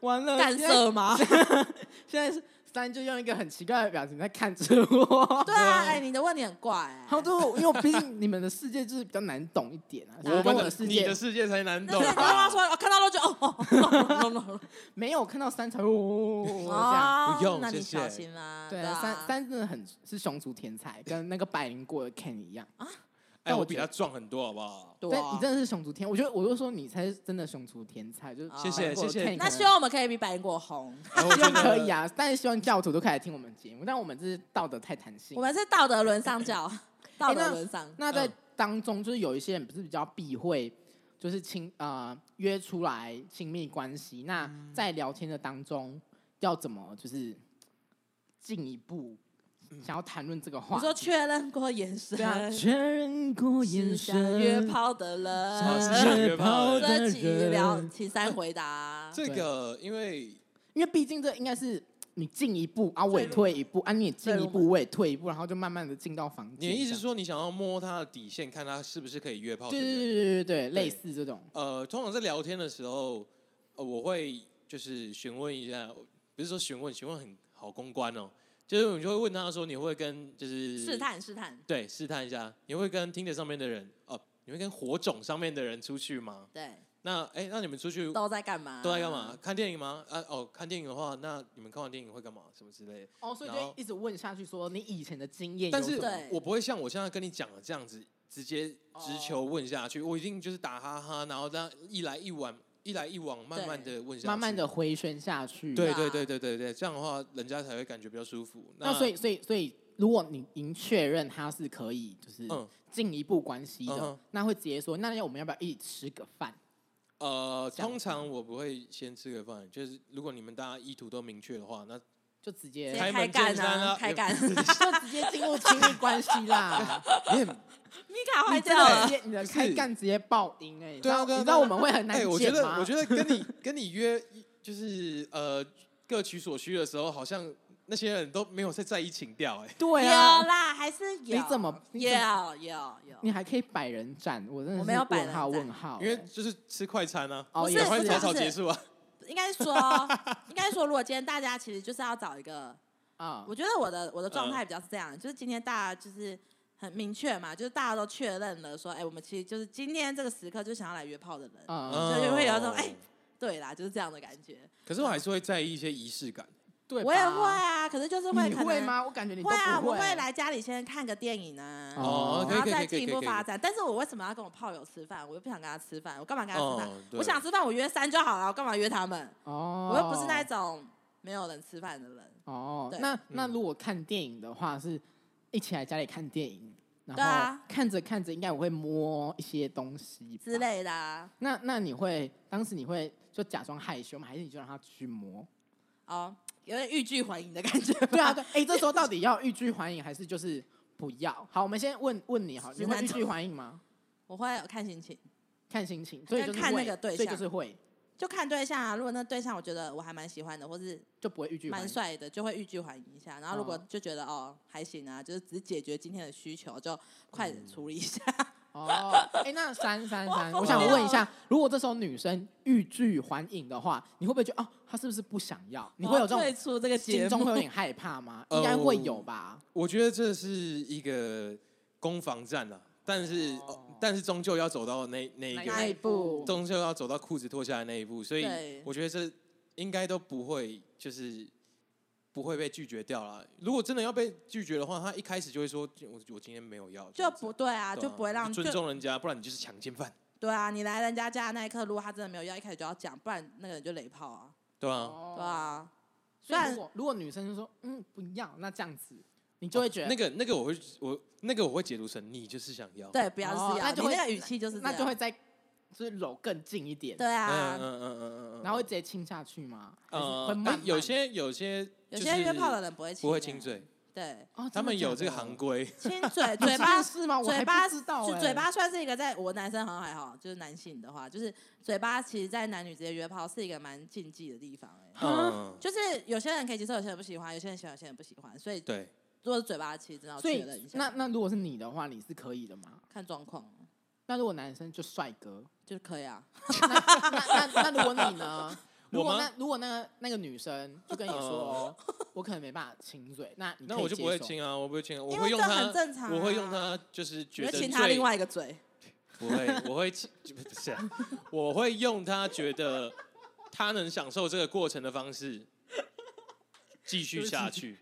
完了， [LAUGHS] 干现在涉吗？ [LAUGHS] 现在是三就用一个很奇怪的表情在看着我。对啊，哎，你的问题很怪哎，好多，因为我毕竟你们的世界就是比较难懂一点啊，我跟们我的世你界的世界才难那懂是啊吧。你妈妈说，我看到了就哦哦哦哦没有看到三才会哦哦这样。哦，不用那你谢谢小心啦。对，啊三三真的很是熊族天才，跟那个百灵果的 Ken 一样。哎，但我我比觉他得壮很多，好不好？ [LAUGHS] 对但啊你真的是熊族天，我觉得我就说你才是真的熊族天才，就是哦百灵果的谢谢 Ken 可能那希望我们可以比百灵果红，然后我 [LAUGHS] 希望觉得可以啊，但是希望教徒都可以来听我们节目，但我们这是道德太弹性我。们是道德沦丧 [LAUGHS] 教，道德沦丧。哎那在嗯当中，就是有一些人不是比较避讳，就是亲呃约出来亲密关系。那嗯在聊天的当中，要怎么就是进一步嗯想要谈论这个话你题？说确认过眼神对，啊，确认过眼是想神，约炮的好是人 [LAUGHS] 想。约约炮炮的的这期聊，人。请三回答。 [LAUGHS] 这个，因为因为毕竟这应该是你进一步啊，我也对退一步啊，你也进一对我步，我也退一步，然后就慢慢的进到房间这你样。的意思是说，你想要摸他的底线，看他是不是可以约炮？对不对对对对哦对，类似这种。呃，通常在聊天的时候，呃，我会就是询问一下，不是说询问，询问很好公关哦，就是你就会问他说，你会跟就是试，探试探，对，试探一下，你会跟听着上面的人，哦、你会跟火种上面的人出去吗？对，那哎、那你们出去都在干啊嘛？都在干嘛？？看电影吗？啊，哦，看电影的话，那你们看完电影会干嘛？什么之类的？哦，所以然就后一直问下去，说你以前的经验有但什是么，对我不会像我现在跟你讲的这样子，直接哦直球问下去。我一定就是打哈哈，然后这样一来一往，一来一往，慢慢的问下去，慢慢的。回旋下去。对啊对对对对对，这样的话人家才会感觉比较舒服。那所以，所以，所以，如果你已经确认他是可以，就是嗯进一步关系的，嗯哼那会直接说，那要我们要不要一起吃个饭？呃，这样通常我不会先吃个饭，就是如果你们大家意图都明确的话，那就直直接接开开门见干山啊，啊开干！就 [LAUGHS] 直接进入亲密关系 [LAUGHS] 啦。你很米卡坏你真掉的了直，接你的开干直接爆音哎、欸，对啊你知道对啊你知道我们会很难哎，我觉见得吗？我觉得跟你跟你约就是呃各取所需的时候，好像那些人都没有在在意情调哎。对有啊，啦，还是有。你怎么你有怎有有你？还可以百人斩，我真的我是没有百问人号斩问号欸、因为就是吃快餐啊，哦赶快也是草草不是结束啊。应该说，应该说，如果今天大家其实就是要找一个，啊、我觉得我的我的嗯状态比较是这样，就是今天大家就是很明确嘛，就是大家都确认了说，哎，我们其实就是今天这个时刻就想要来约炮的嗯人，啊、所以就会有一种哦哎，对啦，就是这样的感觉。可是我还是会在意一些仪式感。对吧，我也会啊，可是就是会你可会能吗？我感觉你都会啊，不我会来家里先看个电影啊，哦可以然后可以可再以可进以一可以步可以发展。但是我为什么要跟我炮友吃饭？我又不想跟他吃饭，我干嘛跟他吃饭？哦对我想吃饭，我约三就好了，我干嘛约他们？哦，我又不是那种没有人吃饭的人。哦，对嗯那那如果看电影的话，是一起来家里看电影，然对后啊看着看着，应该我会摸一些东西吧之。类的、啊，那那你会当时你会就假装害羞吗？还是你就让他去摸？哦，有点欲拒还迎的感觉。对啊，对， [LAUGHS] 哎，这时候到底要欲拒还迎，还是就是不要？好，我们先问问你，好，你直会男欲拒还迎吗？我会看心情，看心情，所以就是看那会个对所以象就是会就看对象啊。如果那对象我觉得我还蛮喜欢的，或是就不会欲拒还蛮迎。帅的，就会欲拒还迎一下。然后如果哦嗯就觉得哦还行啊，就是只解决今天的需求，就快点处理一下。哦，哎、那三三三， [LAUGHS] 我我想问一下，如果这时候女生欲拒还迎的话，你会不会觉得哦，她是不是不想要？ [LAUGHS] 你会有这退种出哦这个节心中会有目？点害怕吗？呃应该会有吧。我觉得这是一个攻防战啊，但是、哦但是终究要走到那那一哪个，哪一步终究要走到裤子脱下来那一步，所以对我觉得这应该都不会就是不会被拒绝掉了。如果真的要被拒绝的话，他一开始就会说我我今天没有要，这 [LAUGHS] 就样子不对啊，对啊就不会让你尊就重人家，不然你就是强奸犯，对啊，你来人家家的那一刻，如果他真的没有要，一开始就要讲，不然那个人就雷炮啊，对吧、哦对。啊，所以虽然如果如果女生就说嗯不要，那这样子你就会觉得、那个那个我会我那个我会解读成你就是想要，对，不要哦是要，那就你会那个语气就是这那样就会再就是搂更近一点，对嗯，嗯啊，嗯嗯嗯嗯，然后会直接亲下去吗？还是呃会慢慢有些有些有就些是约炮的人不会亲，不会亲，嘴，对，啊哦真的他们有假这个的行 [LAUGHS] 规，亲嘴，你嘴知道 [LAUGHS] 巴是吗？啊我还嘴不巴知道、就欸，嘴巴算是一个在，我男生好像还好，就是男性的话，就是嘴巴其实，在男女之间约炮是一个蛮禁忌的地方、哎，嗯，就是有些人可以接受，有些人不喜欢，有些人喜欢，有些人不喜欢，所以对，如果是嘴巴，其实真的要所确以认一下，那那如果是你的话，你是可以的吗？看状况那如果男生就帅哥，就是可以啊，那那那如果你 [LAUGHS] 呢？如我果吗那如果那个那个女生就跟你说，哦我可能没办法亲嘴，呃那你那可以我就接不会受亲啊，我不会亲啊，我因会为用这很它，正常、啊我会用，它就是你觉会得亲他最另外一个嘴，不会，我会亲，不是啊，我会用他觉得他能享受这个过程的方式继续下去，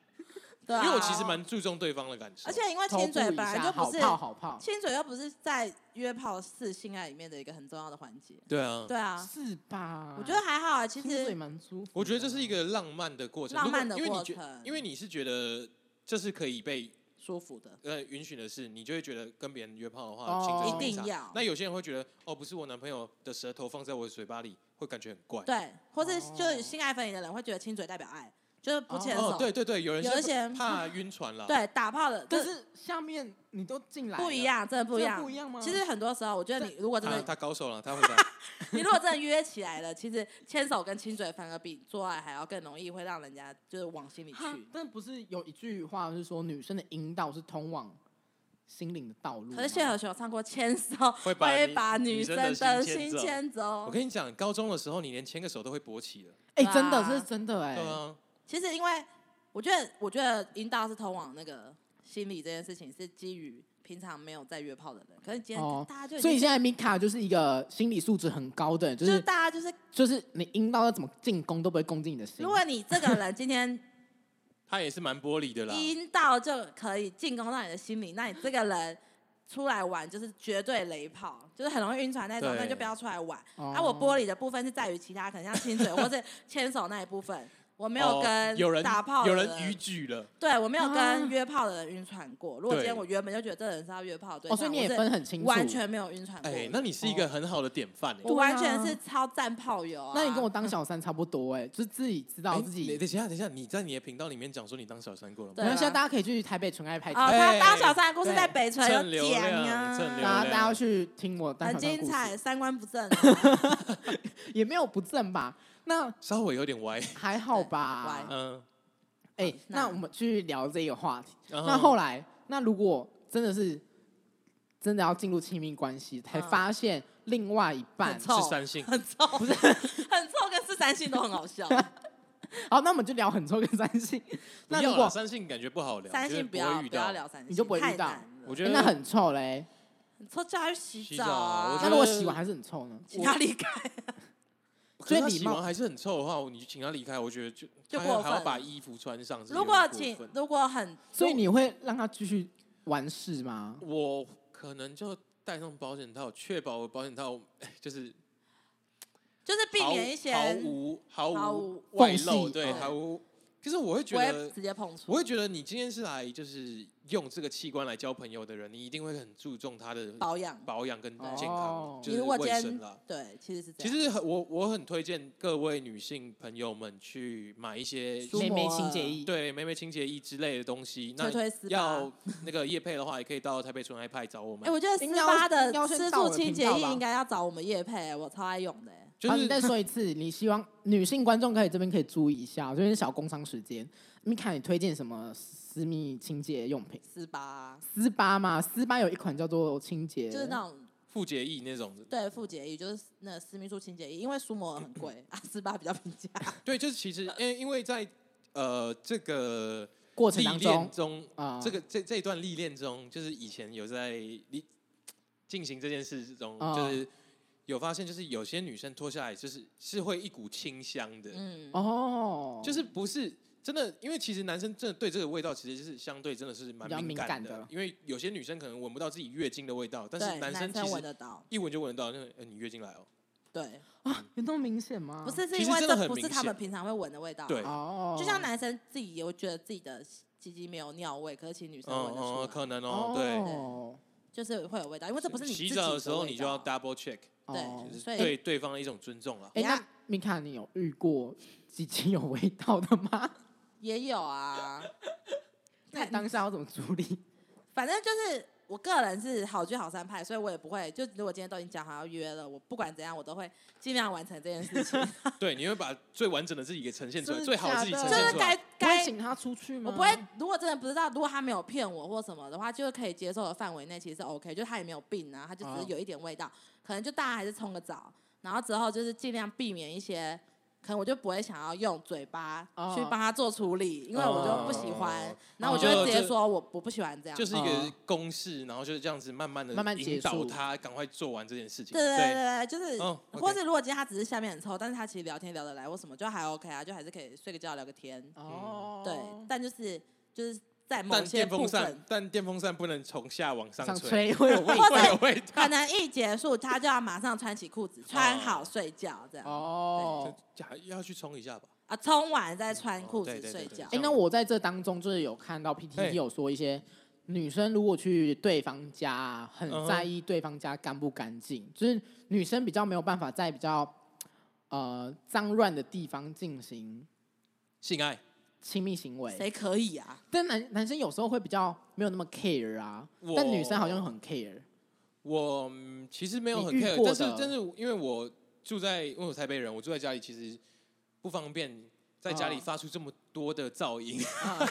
对因啊，为我其实蛮注重对方的感受，而且因为头亲嘴部一本来下就不是好泡好泡亲嘴又不是在约炮是性爱里面的一个很重要的环节，对啊，对啊，是吧？我觉得还好啊，其亲嘴实蛮舒服，我觉得这是一。个浪漫的过程，浪漫的如果因为你过觉程，因为你是觉得这是可以被舒服的，呃允许的事，你就会觉得跟别人约炮的话，哦亲嘴是一没定差要那有些人会觉得，哦，不是我男朋友的舌头放在我的嘴巴里，会感觉很怪。对，或是就是哦性爱分离的人会觉得亲嘴代表爱，就是不牵手，哦，对对对，有人有一些是人怕晕船啦。 [LAUGHS] 对打炮的，可就是下面你都进来了不一，样，真的不一真的样，不一样吗其实很多时候，我觉得你如果真他的，他高手了，他会这样。你如果真的约起来了，其实牵手跟亲嘴反而比做爱还要更容易，会让人家就是往心里哈去。但不是有一句话是说女生的阴道是通往心灵的道路吗？可是谢和弦有唱过牵手会把会女把女女生生的的心心牵牵走我。跟你讲，高中的时候你连牵个手都会勃起的。哎，真的哇这是真的哎对，啊，其实因为我觉得，我觉得阴道是通往那个心理这件事情，是基于平常没有在约炮的人，可是今天哦大家就已所以经现在 Mika 就是一个心理素质很高的人，就就是是大家就是，就是你阴道要怎么进攻都不会攻进你的心。如果你这个人 [LAUGHS] 今天他也是蛮玻璃的啦。阴道就可以进攻到你的心里，那你这个人出来玩就是绝对雷炮，就是很容易晕船那种，对那你就不要出来玩。哦啊，我玻璃的部分是在于其他，可能像亲嘴或是牵手那一部 [LAUGHS] 分，我没有哦跟有人打炮的有人逾矩了。对我没有啊跟约炮的人晕船过。如果今天对我原本就觉得这个人是要约炮的对哦，所象，以你也我是分很清楚，完全没有晕船过。哎，那你是一个很好的典范哎对我完全啊是超赞炮友啊！那你跟我当小三差不多 [LAUGHS] 哎、就是自己知道哎自你己。等一下，等一下，你在你的频道里面讲说你当小三过了吗对？然后啊现在大家可以去台北纯爱派对，啊，大哎他当小三的故事对在北城哎蹭有流讲量蹭家流量啊，大家要去听我当小很三的精故事彩，，三观不 [LAUGHS] 正啊。也没有不正吧？那稍微有点歪。还好对吧歪？ [LAUGHS] 嗯，哎、好那嗯那我们去聊这个话题。然那后来，那如果真的是真的要进入亲密关系，才嗯发现另外一半很臭是三性，很臭，不是很臭，跟是三性都很 [LAUGHS] 好笑。好，那我们就聊很臭跟三性。那不要如啦果、三性感觉不好聊，三就是性不要会遇不到要聊，三性，你就不会太遇到难了我觉欸得那很臭嘞。很臭，叫他去洗洗澡澡啊我啊觉那得如果洗完还是很臭呢？请他离开。可是他所以礼洗貌完还是很臭的话，你就请他离开，我觉得就就他过分还要把衣服穿上是有如点果过请分，如果很，所以你会让他继续完事吗？我可能就戴上保险套，确保我保险套哎就是就是避毫免一些毫无毫毫无无外缝露，隙对，嗯毫无。可是我会不觉会得直，接碰触。我会觉得你今天是来就是用这个器官来交朋友的人，你一定会很注重他的保养，保养跟哦健康，就你是如果卫今生天啦。对，其实是这其样。实很我我很推荐各位女性朋友们去买一些舒妹服妹啊清洁液，对妹妹清洁液之类的东西。那推推丝要吧。那个叶配的话，也可以到台北纯爱派找我哎、们。我觉得应丝该要八应的该要先私到处我的清频洁道液吧应该要找我们叶配、我超爱用的、哎就好，是你再说一次，你希望女性观众可以这边可以注意一下，这边是小工商时间。米卡，你推荐什么私密清洁用品？丝吧啊，丝巴嘛，丝巴有一款叫做清洁，就是那种傅杰义那种的，对复洁液，就是那个私密处清洁液，因为苏膜很贵啊，丝吧比较平价。对，就是其实因因为在呃这个过程历当练中中，啊，这个这这一段历练中，就是以前有在历进行这件事之中，哦就是有发现，就是有些女生脱下来，就是是会一股清香的，嗯，哦，就是不是真的，因为其实男生真的对这个味道其实是相对真的是蛮比较敏感感的的，因为有些女生可能闻不到自己月经的味道，但对，是男生其闻实得到，一闻就闻得到，那个、呃、你月经来哦，对，啊，有那么明显吗？不是是哦其因实为真的这很不是明他们显平常会闻的味道啊，对哦，就像男生自己也会觉得自己的鸡鸡没有尿味，可是其实女生闻得出来，嗯，可能哦，对。哦，就是会有味道，因为这不是你自己洗澡的的时候，味你就要道 double check，哦就是对所以对对方的一种尊重啊啦。[LAUGHS] 哎、等一下那米卡，你有遇过鸡鸡有味道的 [LAUGHS] 吗？也 [LAUGHS] 有啊。那你当下要怎么处理？反正就是我个人是好聚好散派，所以我也不会就如果今天都已经讲好要约了，我不管怎样我都会尽量完成这件事情，对，你会把最完整的自己给呈现出来，真的最好的自己假 [LAUGHS] 的呈就现出来。是该不会该。请他出去吗？我不会，嗯如果真的不知道，如果他没有骗我或什么的话，就是可以接受的范围内，其实是 OK，就是他也没有病啊，他就只哦是有一点味道，可能就大家还是冲个澡，然后之后就是尽量避免一些，可能我就不会想要用嘴巴哦去帮他做处理，因为我就不喜欢哦，然后我就就会直接就说我我不喜欢这样，就是一嗯个公式，然后就是这样子慢慢的慢慢结引导束他赶快做完这件事情。对对对对，对就是，哦，OK 或是如果今天他只是下面很臭，但是他其实聊天聊得来或什么，就还 OK 啊，就还是可以睡个觉聊个天。哦，对，但就是就是在某但些电部风扇分，，但电风扇不能从下往上想吹，吹会有味或 [LAUGHS] 会有者味道 [LAUGHS] 可。能一结束他就要马上穿起裤子，穿好睡觉 [LAUGHS] 这样、哦。这还要去冲一下吧。啊，冲完再穿裤哦对对子对睡觉。哎、对那我在这当中就是有看到嘿 PTT 有说一些女生如果去对方家，很嗯哼在意对方家干不干净，就是女生比较没有办法在比较呃脏乱的地方进行性爱，亲密行为。谁可以啊？但男男生有时候会比较没有那么 care 啊，我但女生好像很 care。我嗯其实没有你很遇 care，过但是的但是因为我住在，因为我台北人，我住在家里其实不方便在家里哦发出这么多的噪音， [LAUGHS] 啊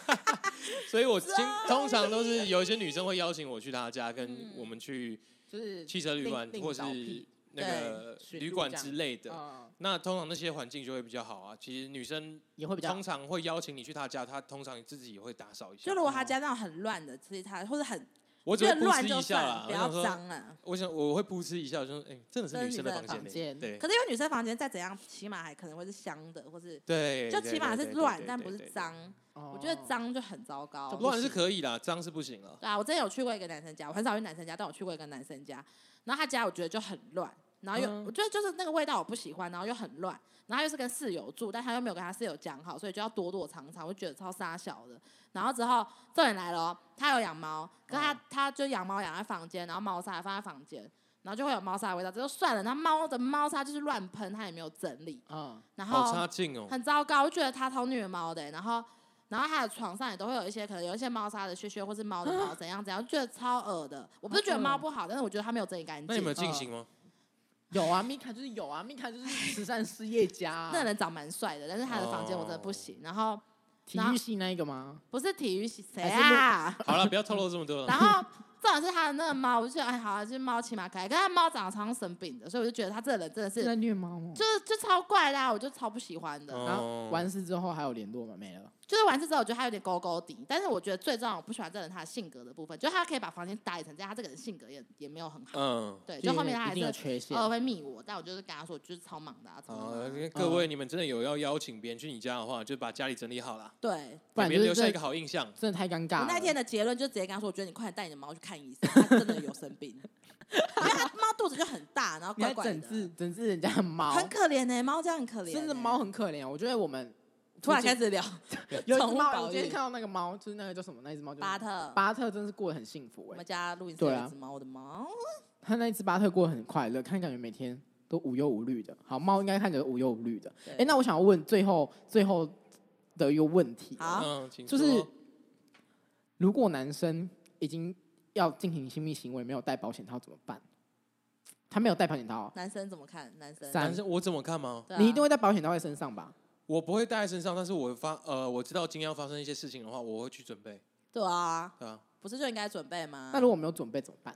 所以 [LAUGHS] 我经通常都是有一些女生会邀请我去她家，跟嗯我们去就是汽车旅另馆另或是找屁那个对旅馆之类的。嗯那通常那些环境就会比较好啊。其实女生也会比较通常会邀请你去她家，她通常自己也会打扫一下就。如果他家那种很乱的，其实他或者很我只越会扑乱哧就一下算啦了，，不我要想说，脏啊。我想我会扑哧一下，我就说，哎，真的是这是女生的女生房的房间欸，间对可是因为女生房间再怎样，起码还可能会是香的，或是对，就对起码对是对乱对，但对不是对哦对脏。哦我我觉得脏就很糟糕。乱是可以啦，脏是不行了。对啊，我之前有去过一个男生家，我很少去男生家，但我去过一个男生家，然后他家我觉得就很乱，然后又、嗯我觉得就是那个味道我不喜欢，然后又很乱，然后又是跟室友住，但他又没有跟他室友讲好，所以就要躲躲藏藏，我就觉得超傻小的。然后之后重点来了、哦，他有养猫，可他、嗯他就养猫养在房间，然后猫砂也放在房间。然后就会有猫砂的味道，这就算了。那猫的猫砂就是乱喷，他也没有整理，嗯然后好差劲哦，很糟糕，我觉得他超虐猫的欸、然后，然后他的床上也都会有一些可能有一些猫砂的屑屑，或是猫的毛怎样怎样，觉得超恶的。我不是觉得猫不好，但是我觉得它没有整理干那你净们有。进行吗？有啊，米卡就是有啊，米卡就是慈善事业家啊、那人长蛮帅的，但是他的房间我真的不哦行。然后体育系那一个吗？不是体育系谁还是啊？ [LAUGHS] 好了，不要透露这么多了。然后重点是他的那个猫，我就觉得哎好、啊，就是猫起码可爱，可是他猫长得常常生病的，所以我就觉得他这个人真的是是在虐猫吗？就是就超怪的、啊，我就超不喜欢的。哦然后完事之后还有联络吗？没了。就是完事之后，我觉得他有点勾勾底，但是我觉得最重要，我不喜欢这个人他的性格的部分，就是他可以把房间打理成这样，他这个人性格也也没有很好，嗯，对，就后面一他还定有是哦缺陷哦偶。尔会密我，但我就是跟他说，我就是超忙的、啊，超好忙的啊，各位，你们真的有要邀请别人去你家的话，就把家里整理好啦，对。不给然别就人是留下这一个好印象。真的太尴尬我了。那天的结论就直接跟他说，我觉得你快点带你的猫去看医生，它真的有生 [LAUGHS] 病，因为它猫肚子就很大，然后你怪还怪的整，治整治人家的猫，很可怜呢、猫这样很可怜欸、真的猫很可怜。我觉得我们突然附近开 [LAUGHS] 始聊有一只宠物猫，保我育今天看到那个猫，就是那个叫什么那只猫，就是巴特，巴特，真是过得很幸福我哎们。家录音室有对啊一只猫，我的猫，他那一只巴特过得很快乐，看感觉每天都无忧无虑的。好，猫应该看起来无忧无虑的。对哎，那我想要问最后最后的一个问题，啊好嗯，请就说是如果男生已经要进行亲密行为，没有带保险套怎么办？他没有戴保险套哦，男生怎么看？男生，三男生我怎么看吗？对啊你一定会带保险套在身上吧？我不会带在身上，但是我发呃，我知道今天要发生一些事情的话，我会去准备，对啊，对啊。不是就应该准备吗？那如果没有准备怎么办？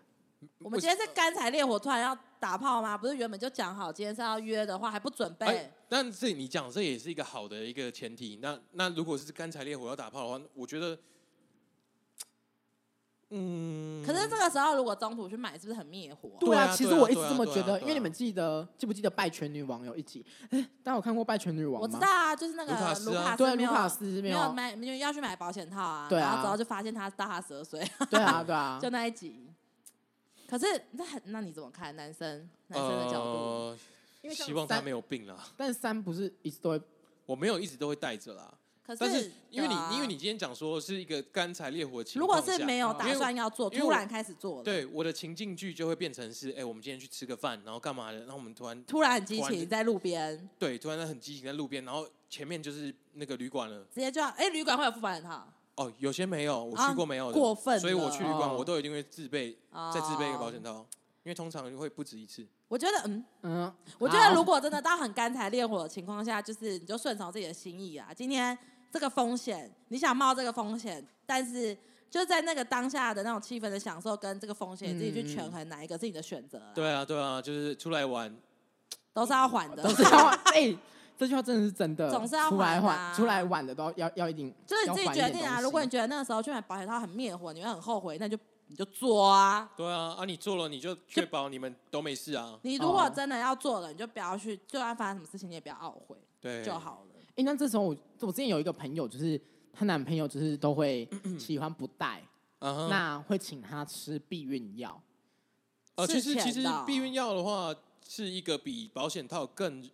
我们今天是干柴烈火，突然要打炮吗？不是原本就讲好今天是要约的话，还不准备？哎，但是你讲这也是一个好的一个前提。那那如果是干柴烈火要打炮的话，我觉得，嗯，可是这个时候如果中途去买，是不是很灭火？对啊其实对啊我一直对啊这么对啊觉对得，啊因为你们记得记不记得《拜权女王》有一集？哎，大家有看过《拜权女王》我吗？知道啊，就是那个卢卡斯啊对，没卢有卡斯没没有有，买，没有要去买保险套啊，对啊然后之后就发现他大他十二岁， [LAUGHS] 对啊，对啊就，那一集。可是那很，那你怎么看男生男生的角度？呃，因为像希望他三没有病啦。但三不是一直都会我没有一直都会带着啦，可但是因为你、对啊因为你今天讲说是一个干柴烈火的情如况果下，是没有因打为算要做，因为突我然开始做了，，对我的情境剧就会变成是，哎、我们今天去吃个饭，然后干嘛的？然后我们突然突然很激突然情就在路边，对，突然很激情在路边，然后前面就是那个旅馆了。直接就要哎，旅馆会有副保险套哦，有些没有，我啊去过没有的、过分所以我了去旅馆，哦我都一定会自备、啊，再自备一个保险套，因为通常会不止一次。我觉得嗯，嗯，我觉得好如果真的到很干柴烈火的情况下，就是你就顺从自己的心意啊。今天这个风险，你想冒这个风险，但是就在那个当下的那种气氛的享受跟这个风险，嗯自己去权衡哪一个是你的选择、啊，对啊，对啊，就是出来玩，都是要还的都。是 [LAUGHS] 要哎。这句话真的是真的，总是要出来还的啊晚出来晚的都要要一定，就是你自己要还一决点定啊。东西如果你觉得那个时候去买保险套很灭火，你会很后悔，那你就你就做啊。对啊，啊，你做了你就确保你们都没事啊，你如果哦真的要做了，你就不要去，就算发生什么事情，你也不要懊悔对，就。好了。哎、那这时候我我之前有一个朋友，就是她男朋友就是都会嗯喜欢不带，啊哈、那会请她吃避孕药。呃，是其实甜其实的哦避孕药的话，是一个比保险套更完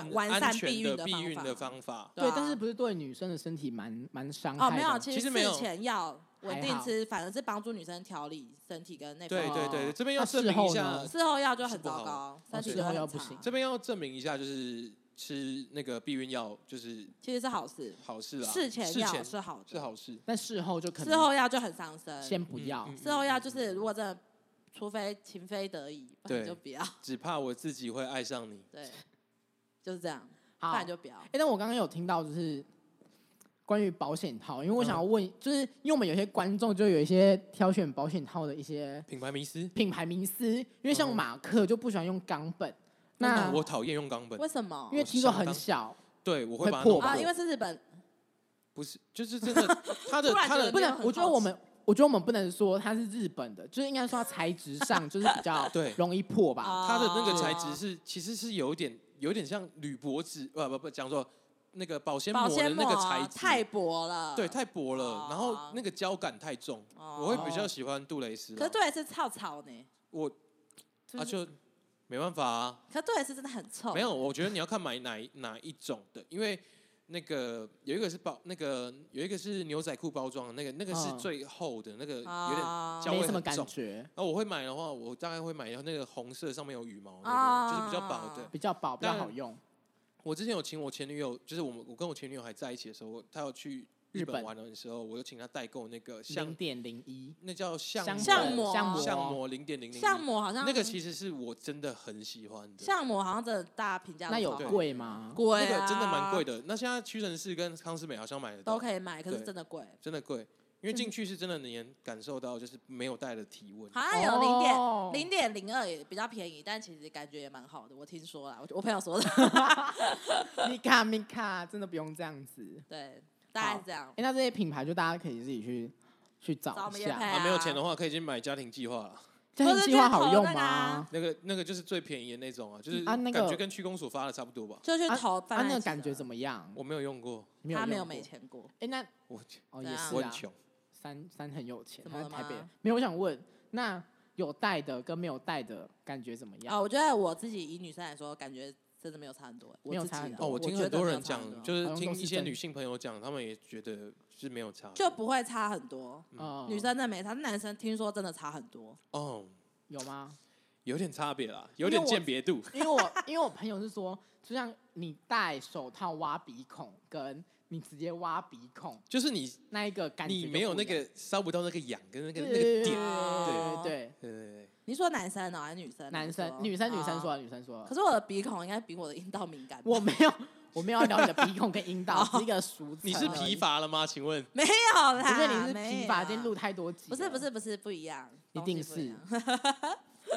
更完善安避全孕的的避方孕的法方法。对，啊但是不是对女生的身体蛮蛮伤害哦，的？没有，其其实实没有事前要稳定还好吃，反而是帮助女生调理身体哦跟那方对面对对，这边那要证事明一后下呢，事后药就很是不糟好糕，身哦体事就后很药差不行这边要证明一下，就是吃那个避孕药就是其实是好事，好事啊，事前事药前是好的，是啊好事。但事后就可事能后药就很伤身，先不嗯要。嗯事后药就是如果真的，除非情非得已，不然对就不要，只怕我自己会爱上你。对，就是这样，不好，然哎、就不要。但我刚刚有听到就是关于保险套，因嗯为我想要问，就是因为我们有些观众就有一些挑选保险套的一些品牌迷思，品牌名思，因为像嗯马克就不喜欢用冈本，那那我讨厌用冈本为，什么因？为我听说相很当小，对我会会把它破弄吧啊，破因为是日本，不是，就是真 [LAUGHS] 的，它的突然它觉的得不没有能，很我觉得好我们，我觉得我们不能说它是日本的，就是应该说它材质上就是比 [LAUGHS] 较对容易破吧。它的那个材啊质是其实是有点有点像铝箔纸，啊不不不，讲错，那个保鲜保膜的鲜那个材膜啊质太薄了，对，太薄了哦，然后那个胶感太重，我会比较喜欢杜蕾斯啦。哦可是对是草草呢，我啊就没办法啊，可对是真的很臭，没有，我觉得你要看买哪一哪一种的，因为那个有一个是包那个有一个是牛仔裤包装的那个那个是嗯最厚的那个有点。啊胶没味什么很感重觉，啊，我会买的话，我大概会买那个红色上面有羽毛的啊那个，就是比较薄的。比较薄，比较但好用。我之前有请我前女友，就是我们我跟我前女友还在一起的时候，我她要去日日本本玩的时候，我有请她代购那个零橡，点零一那叫橡橡膜膜橡膜橡膜零点零零，橡膜好像那个其实是我真的很喜欢的，项目好像真的大家评价都那有超好贵吗？贵、那啊，个真的蛮贵，的。那现在屈臣氏跟康斯美好像买得到，都可以买，可是对真的贵，真的贵，因为进去是真的你能感受到就是没有带的体温。好像有零点哦零点零二也比较便宜，但其实感觉也蛮好的，我听说啦，我我朋友说的， [LAUGHS] 米卡米卡，真的不用这样子。对，大概是这样哎、。那这些品牌就大家可以自己去去找我找们一业配下。啊，没有钱的话可以去买家庭计划了，家或庭者计划去投好用那个吗啊？那个那个就是最便宜的那种啊，就是啊那个感觉跟区公所发的差不多吧。就去啊投贩啊，卖那个机感的觉怎么样？我没有用过，没他没有用没过。钱过，哎、那我哦怎也样是我啊很，穷。三三很有钱，怎么他了是台北吗人。没有，我想问，那有带的跟没有带的感觉怎么样？啊，我觉得我自己以女生来说，感觉真的没有差很多，我没有自己差很啊多哦，我听觉很得多没有人差很讲多，就是好像听都是一些真的女性朋友讲，他们也觉得是没有差的。就不会差很多，嗯女生真的没差，男生听说真的差很多，哦，有吗？有点差别啦，有因为点我鉴别度。因为我因为我朋友是说，就像你戴手套挖鼻孔，跟你直接挖鼻孔就是你那一个感觉，你没有那，个烧不到那个痒跟那个对那个对对点。对对对，对对对，你说男生哦，还是女哦生？男你生说女生女生。说哦的，女生说可的，是我的鼻孔应该比我的阴道敏感吧。我没有我没有要聊你的鼻孔跟阴道，哦只是一啊个俗称而已。你是疲乏了吗？请问 [LAUGHS] 没有我觉啦，得你是啊没疲有乏，今天录太多集。不是不。是不是不一样，一东西定不一是样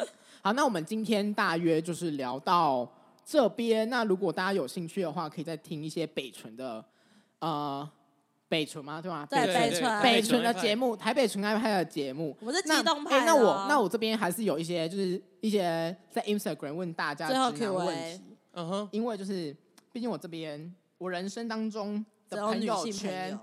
[LAUGHS] 好，那我们今天大约就是聊到这边。那如果大家有兴趣的话，可以再听一些北纯的，呃，北纯吗？对吗？对纯北纯北纯纯的节目，台北纯爱派的节目。我是激那动哎派的那哦我那我这边还是有一些，就是一些在 Instagram 问大家最后直男 Q&A 问题，嗯哼，因为就是毕竟我这边我人生当中只的有朋女友性朋圈友。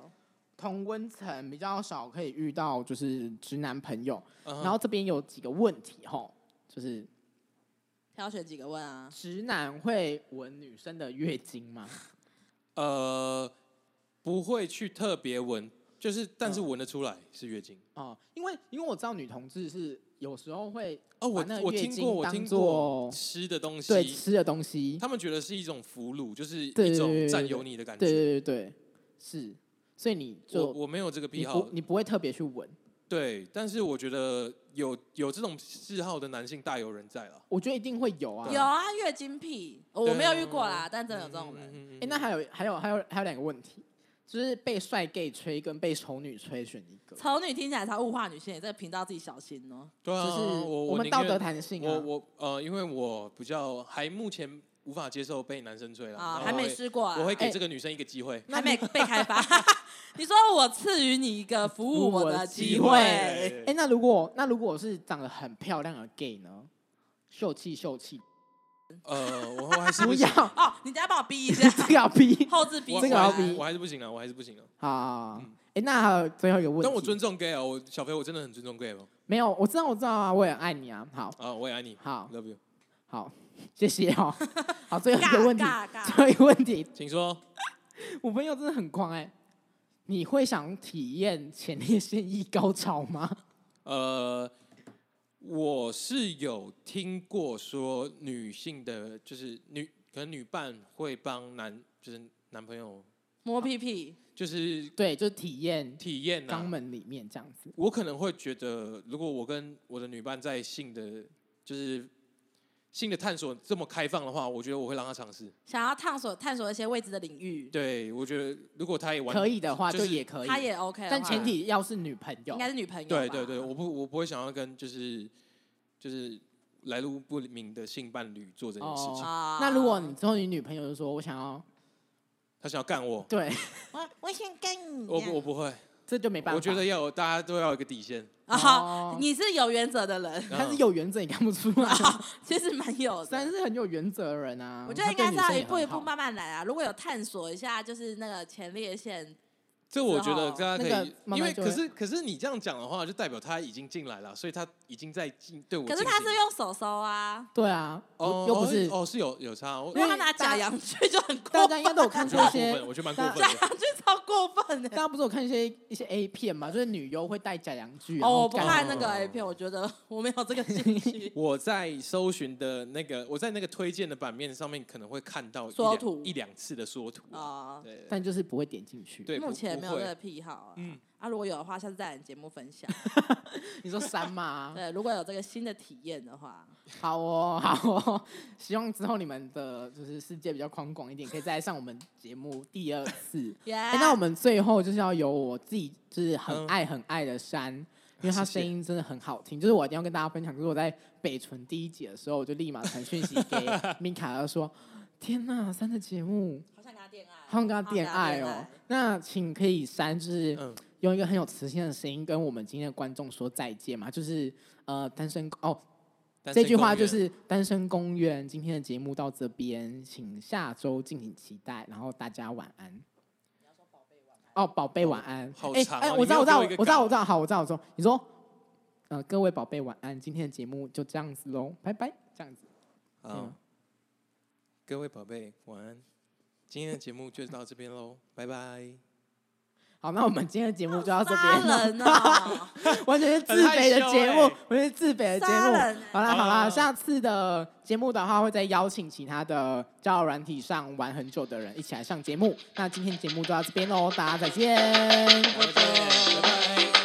同温层比较少可以遇到就是直男朋友，嗯哼然后这边有几个问题吼，就是挑选几个问啊？直男会闻女生的月经吗？呃，不会去特别闻，就是但是嗯闻得出来是月经。哦，因为因为我知道女同志是有时候会哦，我把那个我月听经过，我当听作过吃的东对西，吃的东西，他们觉得是一种俘虏，就是对一对种对占对有你的感对觉。对对对，是，所以你我就我没有这个癖你好不，你不会特别去闻。对，但是我觉得有有这种嗜好的男性大有人在了。我觉得一定会有啊。有啊，月经屁，我对我没有啊遇过啦，但真的有这种人。人哎、那还有还有还有还有两个问题，就是被帅 gay 吹跟被丑女吹选一个，丑女听起来超物化女性，这个频道自己小心哦。对啊，就是我们宁道愿德弹性我啊。我呃，因为我比较还目前无法接受被男生追了，然啊，后还没我会试过啊，我会给哎这个女生一个机会。还没被 [LAUGHS] 开发。你说我赐予你一个服务我的机服务我的会机，哎、那如果那如果是长得很漂亮的 gay 呢？秀气秀气，呃，我我还是不行，要 [LAUGHS] 哦，你等下帮我逼一下，这个要逼。后置逼我这起个要我还来逼我还是不行了，我还是不行了。好，哎嗯、那还有最后一个问题，但我尊重 gay 啊，我小飞我真的很尊重 gay 哦，没有，我知道，我知道啊，我也爱你啊，好啊，我也爱你好，love you，好， [LAUGHS] 谢谢哦，好，最后一个尬问题，尬尬最后一个问题，请说。我朋友真的很狂哎、你会想体验前列腺液高潮吗？ [LAUGHS] 呃，我是有听过说女性的，就是女可能女伴会帮男，就是男朋友，摸屁屁，就是对，就是体验体验肛啊。门里面这样子。我可能会觉得，如果我跟我的女伴在性的，就是性的探索这么开放的话，我觉得我会让她尝试。想要探索探索一些未知的领域，对，我觉得如果她也玩可，以的话就是就也可以，他也 OK，的话但前提要是女朋友应。该是女朋友吧。对对嗯对，我不我不会想要跟就是就是来路不明的性伴侣做这件事情，啊哦那如果你之后你女朋友就说我想要，她想要干我，对， [LAUGHS] 我我想跟你我不我不会。这就没办法。我觉得要有大家都要有一个底线。啊哦，你是有原则的人， [LAUGHS] 啊他是有原则，你看不出来，其实蛮有虽然的。是很有原则的人啊。我觉得应该是要他对女生也一步一步很好慢慢来啊。如果有探索一下，就是那个前列腺，这我觉得之后大家可那个以，慢慢因为就可会是可是你这样讲的话，就代表他已经进来了，所以他已经在进对我可进是行。他是用手手啊，对啊，哦，又不是哦，是有有差。我因如果为他拿假洋去就很过大家应该分，都有看我觉 [LAUGHS] 过一得蛮些过分，我觉得蛮过大分的。。去超过分大的。家不是有看一些一些 A 片嘛，就是女优会带假洋具。然哦，后我不干看嘛那个 A 片，我觉得我没有这个兴趣 [LAUGHS] 我在搜寻的那个，我在那个推荐的版面上面可能会看到一缩两图一两次的缩图啊。啊，对但就是不会点进去。，对，目不前不没有会这个癖好啊。嗯啊，如果有的话，下次再来节目 [LAUGHS] 分享。你说三嘛？ [LAUGHS] 对，如果有这个新的体验的话，好哦，好哦，希望之后你们的就是世界比较宽广一点，可以再来上我们节目第二次。耶哎、那我们最后就是要由我自己就是很嗯爱很爱的山，因为他谢谢声音真的很好听，就是我一定要跟大家分享。就是我在北纯第一集的时候，我就立马传讯息 [LAUGHS] 给米卡尔说：“天呐，山的节目好想跟他恋爱，好想跟他恋爱好想哦跟他恋！那请可以删，就是嗯用一个很有磁性的声音跟我们今天的观众说再见嘛，就是呃单身哦单这身句话公就园是单身公园今天的节目到这边，请下周敬请期待，然后大家晚安。哦，宝贝晚安。好哎长哦哎、你我知道，没我知道，有给我我一个知道，稿我知道，好，我知道，我知道。你说，呃，各位宝贝晚安，今天的节目就这样子喽，拜拜，这样子。好嗯，各位宝贝，晚安。今天的节目就到这边喽，拜拜。好，那我们今天的节目就到这爱边杀了，人哦！ [LAUGHS] 完全是自肥的节很害羞目哎，完全是自肥的节杀人欸目。好啦好啦，哦下次的节目的话，会再邀请其他的交友软体上玩很久的人一起来上节目。那今天节目就到这边喽，大家再见。拜拜，拜拜。